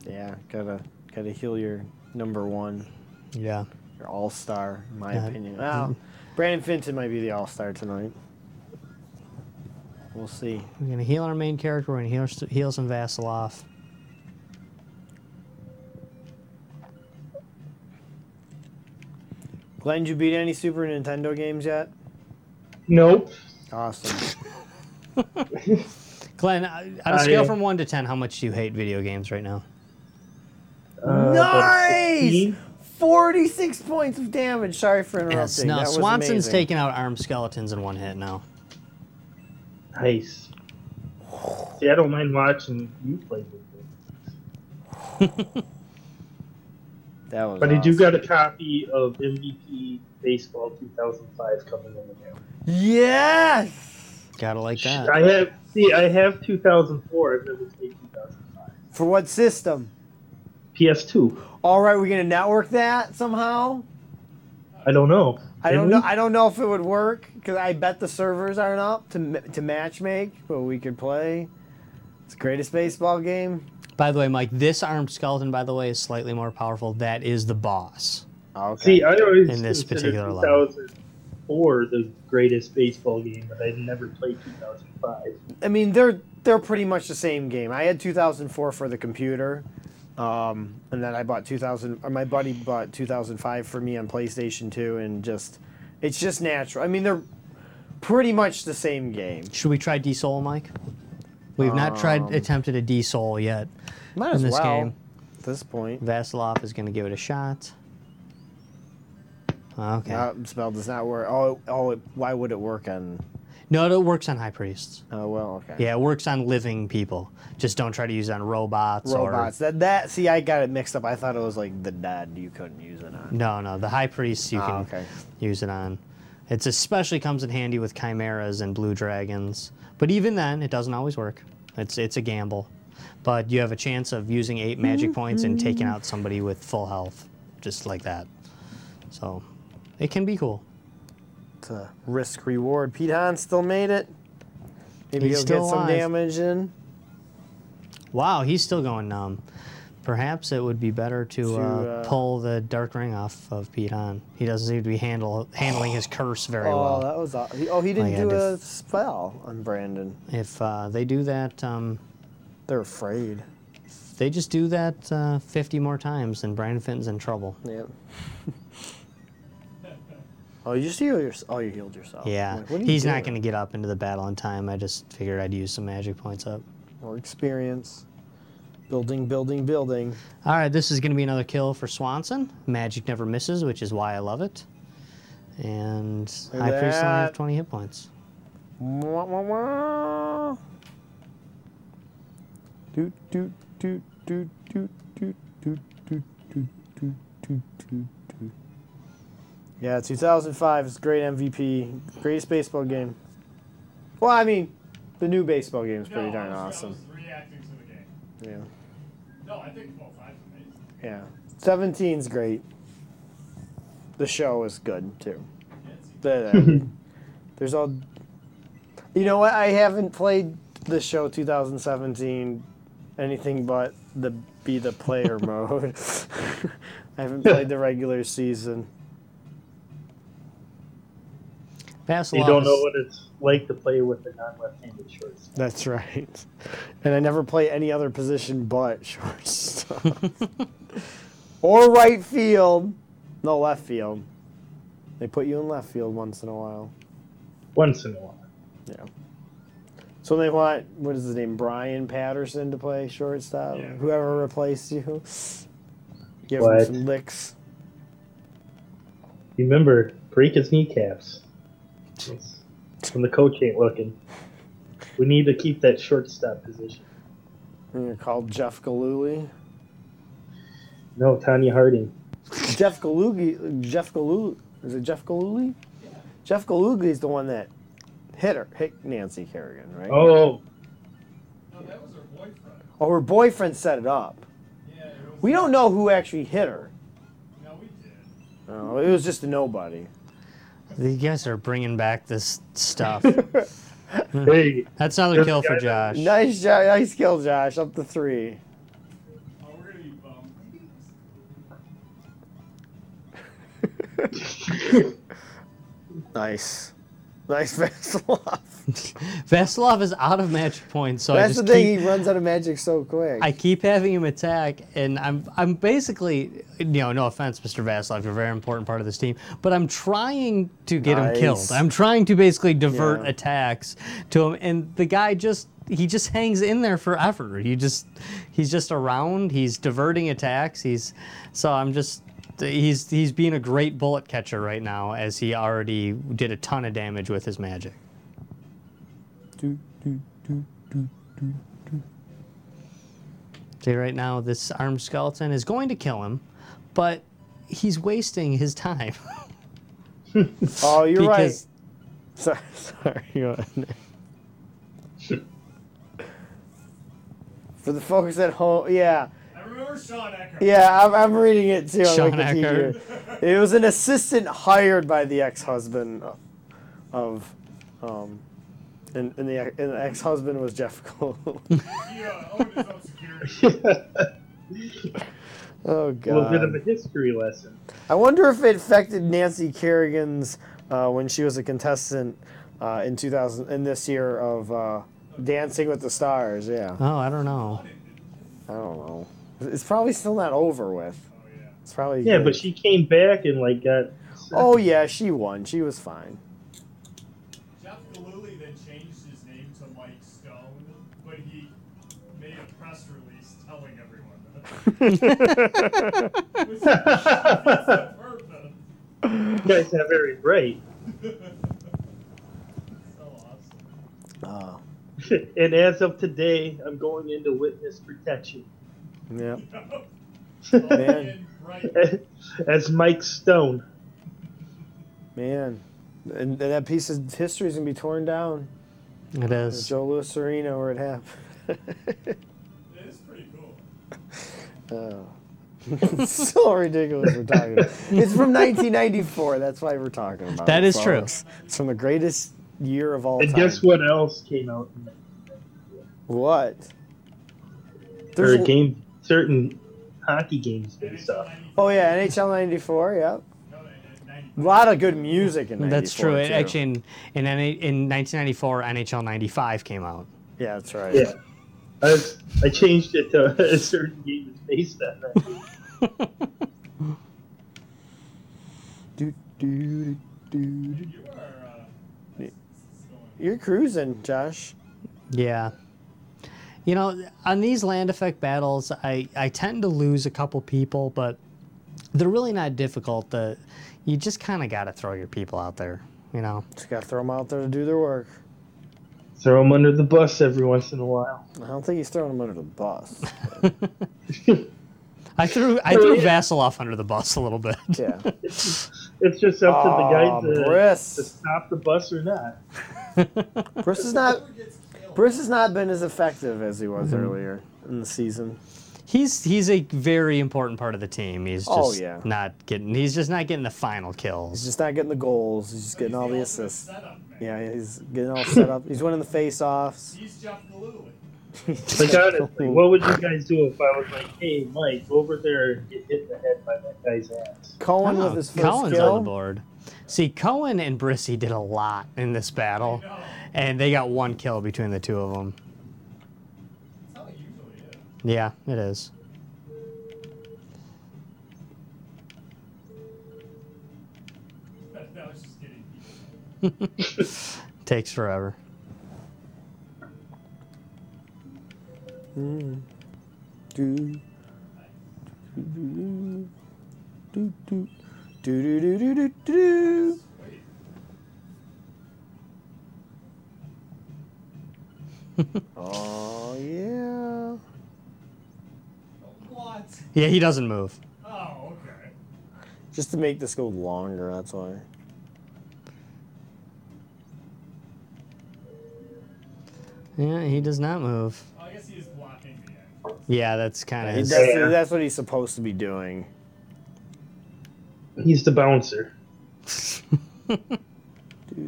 [SPEAKER 3] Yeah, gotta gotta heal your number one,
[SPEAKER 1] Yeah,
[SPEAKER 3] your all star, in my
[SPEAKER 1] Yeah.
[SPEAKER 3] opinion. Well, Brandon Fenton might be the all star tonight. We'll see.
[SPEAKER 1] we're gonna heal our main character. We're gonna heal heal some Vasilov.
[SPEAKER 3] Glenn, did you beat any Super Nintendo games yet?
[SPEAKER 6] Nope.
[SPEAKER 3] Awesome.
[SPEAKER 1] Glenn, uh, on a
[SPEAKER 6] Uh,
[SPEAKER 1] scale
[SPEAKER 6] yeah.
[SPEAKER 1] from one to ten, how much do you hate video games right now?
[SPEAKER 6] Uh,
[SPEAKER 3] nice!
[SPEAKER 6] 16?
[SPEAKER 3] 46 points of damage. Sorry for interrupting.
[SPEAKER 1] Yes, no,
[SPEAKER 3] that was
[SPEAKER 1] Swanson's
[SPEAKER 3] amazing.
[SPEAKER 1] taking out armed skeletons in one hit now.
[SPEAKER 6] Nice. See, I don't mind watching you play this game.
[SPEAKER 3] That was
[SPEAKER 6] But I do
[SPEAKER 3] awesome.
[SPEAKER 6] got a copy of MVP Baseball 2005 coming in the mail.
[SPEAKER 3] Yes!
[SPEAKER 1] Gotta like that.
[SPEAKER 6] I have see, I have 2004. I've never played 2005.
[SPEAKER 3] For what system?
[SPEAKER 6] PS2.
[SPEAKER 3] All right, we're gonna network that somehow.
[SPEAKER 6] I don't know.
[SPEAKER 3] I
[SPEAKER 6] Can
[SPEAKER 3] don't
[SPEAKER 6] we?
[SPEAKER 3] know. I don't know if it would work because I bet the servers aren't up to ma- to matchmake, but we could play. It's the greatest baseball game.
[SPEAKER 1] By the way, Mike, this armed skeleton, by the way, is slightly more powerful. That is the boss.
[SPEAKER 3] Okay.
[SPEAKER 6] See, I always
[SPEAKER 1] In this
[SPEAKER 6] consider
[SPEAKER 1] particular level.
[SPEAKER 6] 2004 the greatest baseball game, but I never played 2005.
[SPEAKER 3] I mean, they're they're pretty much the same game. I had 2004 for the computer, um, and then I bought 2000. Or my buddy bought 2005 for me on PlayStation 2, and just It's just natural. I mean, they're pretty much the same game.
[SPEAKER 1] Should we try D-Soul, Mike? We've not tried attempted a D-Soul yet.
[SPEAKER 3] Might
[SPEAKER 1] In
[SPEAKER 3] as
[SPEAKER 1] this
[SPEAKER 3] well.
[SPEAKER 1] game.
[SPEAKER 3] At this point,
[SPEAKER 1] Vasilov is going to give it a shot. Okay.
[SPEAKER 3] uh, spell does not work. Oh, it- oh, it, why would it work on?
[SPEAKER 1] no, it works on high priests.
[SPEAKER 3] Oh well, okay.
[SPEAKER 1] Yeah, it works on living people. Just don't try to use it on robots,
[SPEAKER 3] Robots. That that. See, I got it mixed up. I thought it was like the dead. You couldn't use it
[SPEAKER 1] or
[SPEAKER 3] on.
[SPEAKER 1] no, no. The high priests you
[SPEAKER 3] Ah,
[SPEAKER 1] can
[SPEAKER 3] okay.
[SPEAKER 1] use it on. It's especially comes in handy with chimeras and blue dragons. But even then, it doesn't always work. It's it's a gamble, but you have a chance of using eight magic points and taking out somebody with full health, just like that. So, it can be cool.
[SPEAKER 3] It's a risk reward. Pete Hahn still made it. Maybe
[SPEAKER 1] He's
[SPEAKER 3] he'll
[SPEAKER 1] still
[SPEAKER 3] get some
[SPEAKER 1] alive.
[SPEAKER 3] damage in.
[SPEAKER 1] Wow, he's still going numb. Perhaps it would be better to,
[SPEAKER 3] To,
[SPEAKER 1] uh,
[SPEAKER 3] uh,
[SPEAKER 1] pull the dark ring off of Pete on. He doesn't seem to be handle, handling his curse very
[SPEAKER 3] Oh,
[SPEAKER 1] well.
[SPEAKER 3] that was. aw- he- Oh, he didn't
[SPEAKER 1] yeah,
[SPEAKER 3] do a
[SPEAKER 1] def-
[SPEAKER 3] spell on Brandon.
[SPEAKER 1] If uh, they do that, um,
[SPEAKER 3] They're afraid.
[SPEAKER 1] if they just do that uh, 50 more times, then Brian Fenton's in trouble.
[SPEAKER 3] Yep. oh, you just healed yourself. Oh, you healed yourself.
[SPEAKER 1] Yeah,
[SPEAKER 3] Like, what are you
[SPEAKER 1] he's not
[SPEAKER 3] doing?
[SPEAKER 1] going to get up into the battle in time. I just figured I'd use some magic points up.
[SPEAKER 3] More experience. Building, building, building.
[SPEAKER 1] All right, this is going to be another kill for Swanson. Magic never misses, which is why I love it. And
[SPEAKER 3] Look
[SPEAKER 1] High
[SPEAKER 3] at
[SPEAKER 1] Priest only have
[SPEAKER 3] that.
[SPEAKER 1] 20 hit points.
[SPEAKER 3] Mwah, mwah, mwah. Doot, doot, doot, doot, doot, doot, doot, doot, doot, doot, doot, doot, doot. Yeah, 2005 is great MVP, greatest baseball game. Well, I mean, the new baseball game is
[SPEAKER 5] No,
[SPEAKER 3] pretty
[SPEAKER 5] I
[SPEAKER 3] darn
[SPEAKER 5] was- I
[SPEAKER 3] awesome.
[SPEAKER 5] was reacting to the game.
[SPEAKER 3] Yeah,
[SPEAKER 5] No, I think both sides are amazing.
[SPEAKER 3] yeah. 17's great. The show is good too.
[SPEAKER 5] Yeah, it's-
[SPEAKER 3] The- uh, There's all. You know what? I haven't played the show 2017 anything but the be the player mode. I haven't played the regular season.
[SPEAKER 1] Vasilov
[SPEAKER 6] You don't
[SPEAKER 1] is-
[SPEAKER 6] know what it's like to play with a non-left-handed shortstop.
[SPEAKER 3] That's right. And I never play any other position but shortstop or right field. No, left field. They put you in left field once in a while.
[SPEAKER 6] Once in a while.
[SPEAKER 3] Yeah. So they want what is his name, Brian Patterson, to play shortstop.
[SPEAKER 5] Yeah.
[SPEAKER 3] Whoever replaced you, give
[SPEAKER 6] What?
[SPEAKER 3] him some licks.
[SPEAKER 6] Remember, break his kneecaps. That's When the coach ain't looking. We need to keep that shortstop position.
[SPEAKER 3] And you're called Jeff Galooly.
[SPEAKER 6] No, Tanya Harding.
[SPEAKER 3] Jeff Galugi. Jeff Galooly. Is it Jeff Galooly? Jeff Galugi is the one that hit her, hit Nancy Kerrigan, right?
[SPEAKER 6] Oh,
[SPEAKER 5] No, that was her boyfriend.
[SPEAKER 3] Oh, her boyfriend set it up.
[SPEAKER 5] Yeah, it was.
[SPEAKER 3] We don't know who actually hit her.
[SPEAKER 5] No, we did.
[SPEAKER 3] Oh, it was just a nobody.
[SPEAKER 1] You guys are bringing back this stuff.
[SPEAKER 3] Hmm.
[SPEAKER 6] hey.
[SPEAKER 1] That's another
[SPEAKER 6] Just
[SPEAKER 1] kill
[SPEAKER 6] the
[SPEAKER 1] for
[SPEAKER 6] guy
[SPEAKER 1] Josh.
[SPEAKER 3] Nice, jo- nice kill, Josh. Up to three.
[SPEAKER 5] Oh, we're gonna be bummed.
[SPEAKER 3] Nice, nice Vasilov.
[SPEAKER 1] Vasilov is out of magic points, so I
[SPEAKER 3] That's
[SPEAKER 1] just
[SPEAKER 3] the thing.
[SPEAKER 1] keep,
[SPEAKER 3] He runs out of magic so quick.
[SPEAKER 1] I keep having him attack, and I'm I'm basically you know no offense, Mr. Vasilov, you're a very important part of this team, but I'm trying to get him killed.
[SPEAKER 3] Nice.
[SPEAKER 1] I'm trying to basically divert
[SPEAKER 3] Yeah.
[SPEAKER 1] attacks to him, and the guy just he just hangs in there forever. He just he's just around. He's diverting attacks. He's so I'm just. He's he's being a great bullet catcher right now, as he already did a ton of damage with his magic. See, right now, this armed skeleton is going to kill him, but he's wasting his time.
[SPEAKER 3] oh, you're
[SPEAKER 1] because
[SPEAKER 3] right. Sorry, sorry. go ahead. For the folks at home, yeah,
[SPEAKER 5] I remember Sean Ecker.
[SPEAKER 3] yeah, I'm, I'm reading it too. on
[SPEAKER 1] Sean
[SPEAKER 3] Wikipedia. It was an assistant hired by the ex-husband of, um, and, and the ex- and the ex-husband was Jeff Cole.
[SPEAKER 5] He uh, owned his own security.
[SPEAKER 3] oh
[SPEAKER 6] A little bit of a
[SPEAKER 3] God.
[SPEAKER 6] history lesson.
[SPEAKER 3] I wonder if it affected Nancy Kerrigan's uh, when she was a contestant uh, in 2000 in this year of uh, Dancing with the Stars. Yeah.
[SPEAKER 1] Oh, I don't know.
[SPEAKER 3] I don't know. It's probably still not over with.
[SPEAKER 5] Oh, yeah.
[SPEAKER 3] It's probably
[SPEAKER 6] Yeah,
[SPEAKER 3] good.
[SPEAKER 6] but she came back and like got
[SPEAKER 3] Oh yeah, she won. She was fine.
[SPEAKER 5] Jeff Galooly then changed his name to Mike Stone, but he made a press release telling everyone that. Which is the purpose.
[SPEAKER 6] You guys have very right.
[SPEAKER 5] So awesome.
[SPEAKER 3] Oh.
[SPEAKER 6] and as of today, I'm going into witness protection.
[SPEAKER 3] Yeah.
[SPEAKER 5] And right,
[SPEAKER 6] As Mike Stone.
[SPEAKER 3] Man. And, and that piece of history is gonna be torn down.
[SPEAKER 1] It is.
[SPEAKER 3] Joe Louis Arena where it happened.
[SPEAKER 5] it is pretty cool.
[SPEAKER 3] Oh. it's so ridiculous we're talking about. It's from 1994. That's why we're talking about
[SPEAKER 1] That
[SPEAKER 3] it.
[SPEAKER 1] is
[SPEAKER 3] It's
[SPEAKER 1] true.
[SPEAKER 3] all- It's from the greatest year of all
[SPEAKER 6] And
[SPEAKER 3] time.
[SPEAKER 6] guess what else came out?
[SPEAKER 3] What?
[SPEAKER 6] Or
[SPEAKER 3] There's a-
[SPEAKER 6] game, certain hockey games and
[SPEAKER 5] NHL
[SPEAKER 6] stuff.
[SPEAKER 5] 90,
[SPEAKER 3] oh, yeah, NHL 94, yeah.
[SPEAKER 5] no, and- and 90,
[SPEAKER 3] A lot of good music in 94.
[SPEAKER 1] That's true. It,
[SPEAKER 3] too.
[SPEAKER 1] actually, in, in NA in 1994, NHL 95 came out.
[SPEAKER 3] Yeah, that's right.
[SPEAKER 6] Yeah. I, was, I changed it to a certain game is based on that.
[SPEAKER 3] Do, do, do, do, do.
[SPEAKER 5] you are uh, going
[SPEAKER 3] You're cruising, Josh.
[SPEAKER 1] Yeah. You know, on these land effect battles, I, I tend to lose a couple people, but they're really not difficult. The, you just kind of got to throw your people out there, you know?
[SPEAKER 3] Just got to throw them out there to do their work.
[SPEAKER 6] Throw them under the bus every once in a while.
[SPEAKER 3] I don't think he's throwing them under the bus.
[SPEAKER 1] I threw I threw Vasil off under the bus a little bit.
[SPEAKER 3] Yeah.
[SPEAKER 6] It's just up to
[SPEAKER 3] Aw,
[SPEAKER 6] the guy to, to
[SPEAKER 3] Briss.
[SPEAKER 6] stop the bus or not.
[SPEAKER 3] Briss is not. Briss has not been as effective as he was earlier in the season.
[SPEAKER 1] He's he's a very important part of the team. He's just
[SPEAKER 3] Oh, yeah.
[SPEAKER 1] not getting he's just not getting the final
[SPEAKER 3] He's
[SPEAKER 1] kills.
[SPEAKER 3] just not getting the goals. He's just getting all the assists.
[SPEAKER 5] setup, man.
[SPEAKER 3] Yeah, he's getting all set up. He's winning the face-offs.
[SPEAKER 5] He's Jeff Galooly.
[SPEAKER 6] Like honestly, what would you guys do if I was like, "Hey, Mike, go over there and get hit in the head by that guy's ass"?
[SPEAKER 3] Cohen
[SPEAKER 1] Oh,
[SPEAKER 3] with his first
[SPEAKER 1] Cohen's
[SPEAKER 3] kill.
[SPEAKER 1] on the board. See, Cohen and Brissy did a lot in this battle,
[SPEAKER 5] No,
[SPEAKER 1] and they got one kill between the two of them.
[SPEAKER 5] that's how it usually is.
[SPEAKER 1] Yeah, it is.
[SPEAKER 5] That, that was just getting people.
[SPEAKER 1] Takes forever.
[SPEAKER 3] Do, do, do, do, do, do, do, do. Oh yeah.
[SPEAKER 5] What?
[SPEAKER 1] Yeah, he doesn't move.
[SPEAKER 5] Oh, okay.
[SPEAKER 3] Just to make this go longer, that's why.
[SPEAKER 1] Yeah, he does not move.
[SPEAKER 5] Oh, I guess he is blocking the end.
[SPEAKER 1] Yeah, that's kind of
[SPEAKER 3] He does-
[SPEAKER 1] his.
[SPEAKER 6] Yeah.
[SPEAKER 3] That's what he's supposed to be doing.
[SPEAKER 6] He's the bouncer.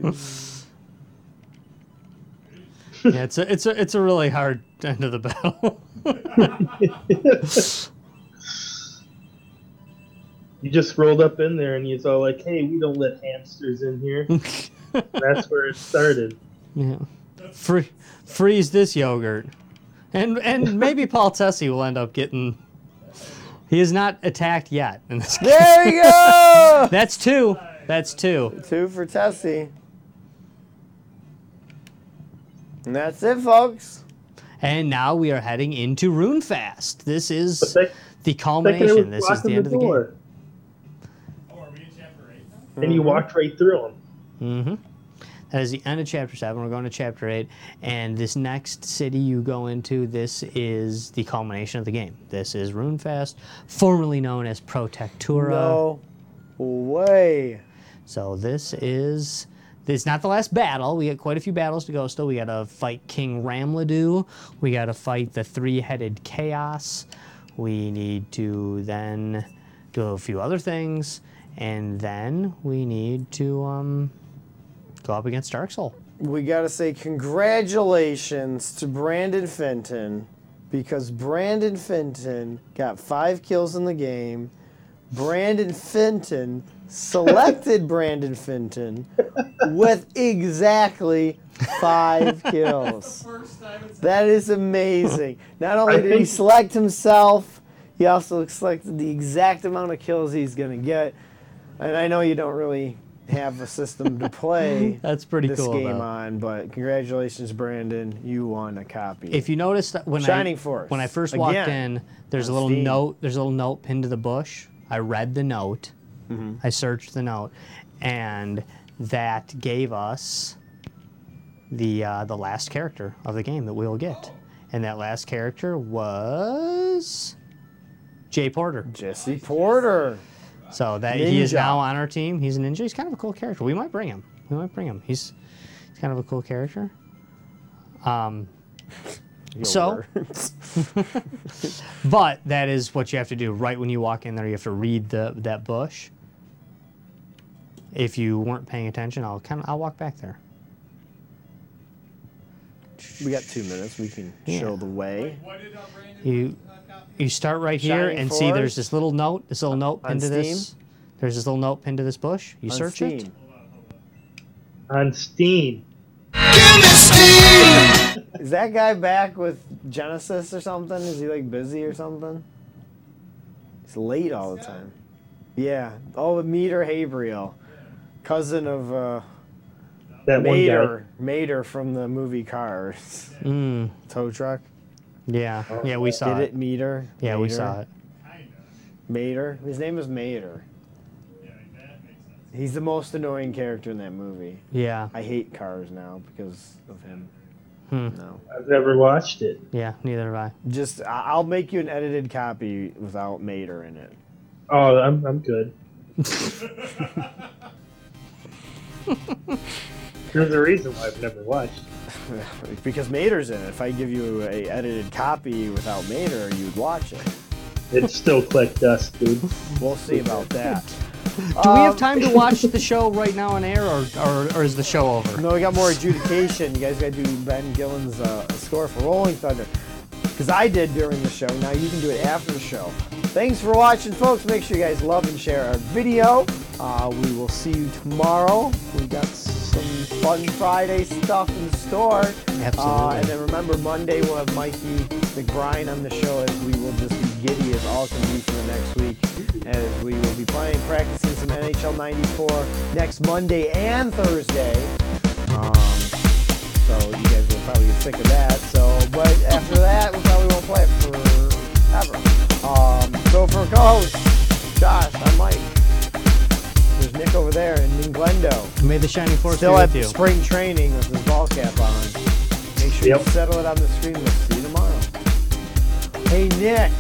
[SPEAKER 1] Yeah, it's a, it's a, it's a really hard end of the battle.
[SPEAKER 6] You just rolled up in there, and he's all like, "Hey, we don't let hamsters in here." That's where it started.
[SPEAKER 1] yeah. Free, freeze this yogurt. And and maybe Paul Tessie will end up getting He is not attacked yet in this game.
[SPEAKER 3] There you go.
[SPEAKER 1] That's two. That's two.
[SPEAKER 3] Two for Tessie. And that's it, folks.
[SPEAKER 1] And now we are heading into Runefast. This
[SPEAKER 6] But
[SPEAKER 1] is
[SPEAKER 6] that,
[SPEAKER 1] the
[SPEAKER 6] that guy was
[SPEAKER 1] culmination. This is
[SPEAKER 6] blocking
[SPEAKER 1] the
[SPEAKER 6] the,
[SPEAKER 1] end of the game.
[SPEAKER 6] door,
[SPEAKER 5] Oh, are we in chapter 8 now?
[SPEAKER 6] and you walked right through him.
[SPEAKER 1] Mm-hmm. That is the end of chapter seven. We're going to chapter eight, and this next city you go into, this is the culmination of the game. This is Runefest, formerly known as Protectura.
[SPEAKER 3] No way.
[SPEAKER 1] So this is this is not the last battle. We got quite a few battles to go still. We got to fight King Ramladu. We got to fight the three-headed Chaos. We need to then do a few other things, and then we need to um, go up against Dark Soul.
[SPEAKER 3] We got to say congratulations to Brandon Fenton because Brandon Fenton got five kills in the game. Brandon Fenton selected Brandon Fenton with exactly five kills.
[SPEAKER 5] First time it's
[SPEAKER 3] That is amazing. Not only
[SPEAKER 6] I
[SPEAKER 3] did he
[SPEAKER 6] think-
[SPEAKER 3] select himself, he also selected the exact amount of kills he's going to get. And I know you don't really have a system to play
[SPEAKER 1] That's pretty
[SPEAKER 3] this
[SPEAKER 1] cool,
[SPEAKER 3] game
[SPEAKER 1] though.
[SPEAKER 3] on, but congratulations, Brandon. You won a copy.
[SPEAKER 1] If you noticed that when I
[SPEAKER 3] Shining Force.
[SPEAKER 1] when I first walked
[SPEAKER 3] Again,
[SPEAKER 1] in, there's a
[SPEAKER 3] on
[SPEAKER 1] little
[SPEAKER 3] Steam.
[SPEAKER 1] note. There's a little note pinned to the bush. I read the note.
[SPEAKER 3] Mm-hmm.
[SPEAKER 1] I searched the note, and that gave us the uh, the last character of the game that we will get, and that last character was Jay Porter.
[SPEAKER 3] Jesse Porter.
[SPEAKER 1] So that he is
[SPEAKER 3] Ninja.
[SPEAKER 1] now on our team. He's a ninja. He's kind of a cool character. We might bring him. We might bring him. He's he's kind of a cool character. Um, so, but that is what you have to do. Right when you walk in there, you have to read the that bush. If you weren't paying attention, I'll kind of I'll walk back there.
[SPEAKER 3] we got two minutes. We can
[SPEAKER 1] Yeah.
[SPEAKER 3] show the way.
[SPEAKER 5] What did uh, Brandon
[SPEAKER 1] You you start right here
[SPEAKER 3] Shining
[SPEAKER 1] and see there's
[SPEAKER 3] Force?
[SPEAKER 1] this little note. This little note
[SPEAKER 3] on
[SPEAKER 1] pinned to this.
[SPEAKER 3] Steam?
[SPEAKER 1] There's this little note pinned to this bush. You
[SPEAKER 3] On
[SPEAKER 1] search it.
[SPEAKER 3] Steam.
[SPEAKER 6] On Steam.
[SPEAKER 3] Is that guy back with Genesis or something? Is he like busy or something? He's late all the time. Yeah. Oh, Meter Habriel, cousin of uh,
[SPEAKER 6] That one
[SPEAKER 3] Mater, Mater from the movie Cars.
[SPEAKER 1] Mm,
[SPEAKER 3] Tow truck.
[SPEAKER 1] yeah, yeah, we saw
[SPEAKER 3] Did
[SPEAKER 1] it.
[SPEAKER 3] it Meter?
[SPEAKER 1] Yeah, we
[SPEAKER 3] Mater?
[SPEAKER 1] saw it.
[SPEAKER 3] Mater. His name is Mater. He's the most annoying character in that movie.
[SPEAKER 1] Yeah,
[SPEAKER 3] I hate Cars now because of him.
[SPEAKER 1] Hmm.
[SPEAKER 3] No.
[SPEAKER 6] guy. I've never watched it.
[SPEAKER 1] yeah. Neither have I.
[SPEAKER 3] Just I- I'll make you an edited copy without Mater in it.
[SPEAKER 6] Oh, I'm, I'm good. There's a reason why I've never watched.
[SPEAKER 3] Because Mater's in it. If I give you a edited copy without Mater, you'd watch it.
[SPEAKER 6] It It's still collect dust, dude.
[SPEAKER 3] We'll see about that.
[SPEAKER 1] Do
[SPEAKER 3] Um,
[SPEAKER 1] we have time to watch the show right now on air, or, or, or is the show over?
[SPEAKER 3] No, we got more adjudication. You guys got to do Ben Gillen's uh, score for Rolling Thunder. Because I did during the show. Now you can do it after the show. Thanks for watching, folks. Make sure you guys love and share our video. Uh, we will see you tomorrow. We got some fun Friday stuff in store. Uh,
[SPEAKER 1] Absolutely.
[SPEAKER 3] and then remember, Monday we'll have Mikey McBride on the show as we will just be giddy as all can be for the next week as we will be playing, practicing some NHL 94 next Monday and Thursday. Um, so you guys will probably get sick of that. So, but after that, we probably won't play it forever. Um, so for co-hosts, Josh, I'm Mike. There's Nick over there and then Glendo.
[SPEAKER 1] May the shining force
[SPEAKER 3] Still
[SPEAKER 1] be
[SPEAKER 3] at
[SPEAKER 1] with you.
[SPEAKER 3] spring training with his ball cap on. Make sure
[SPEAKER 6] Yep.
[SPEAKER 3] you settle it on the screen. We'll see you tomorrow. Hey Nick,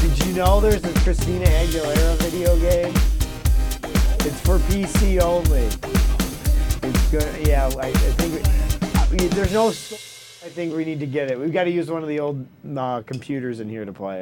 [SPEAKER 3] did you know there's a Christina Aguilera video game? It's for PC only. It's good. Yeah, I, I think we, I mean, there's no. s- I think we need to get it. We've got to use one of the old uh, computers in here to play it.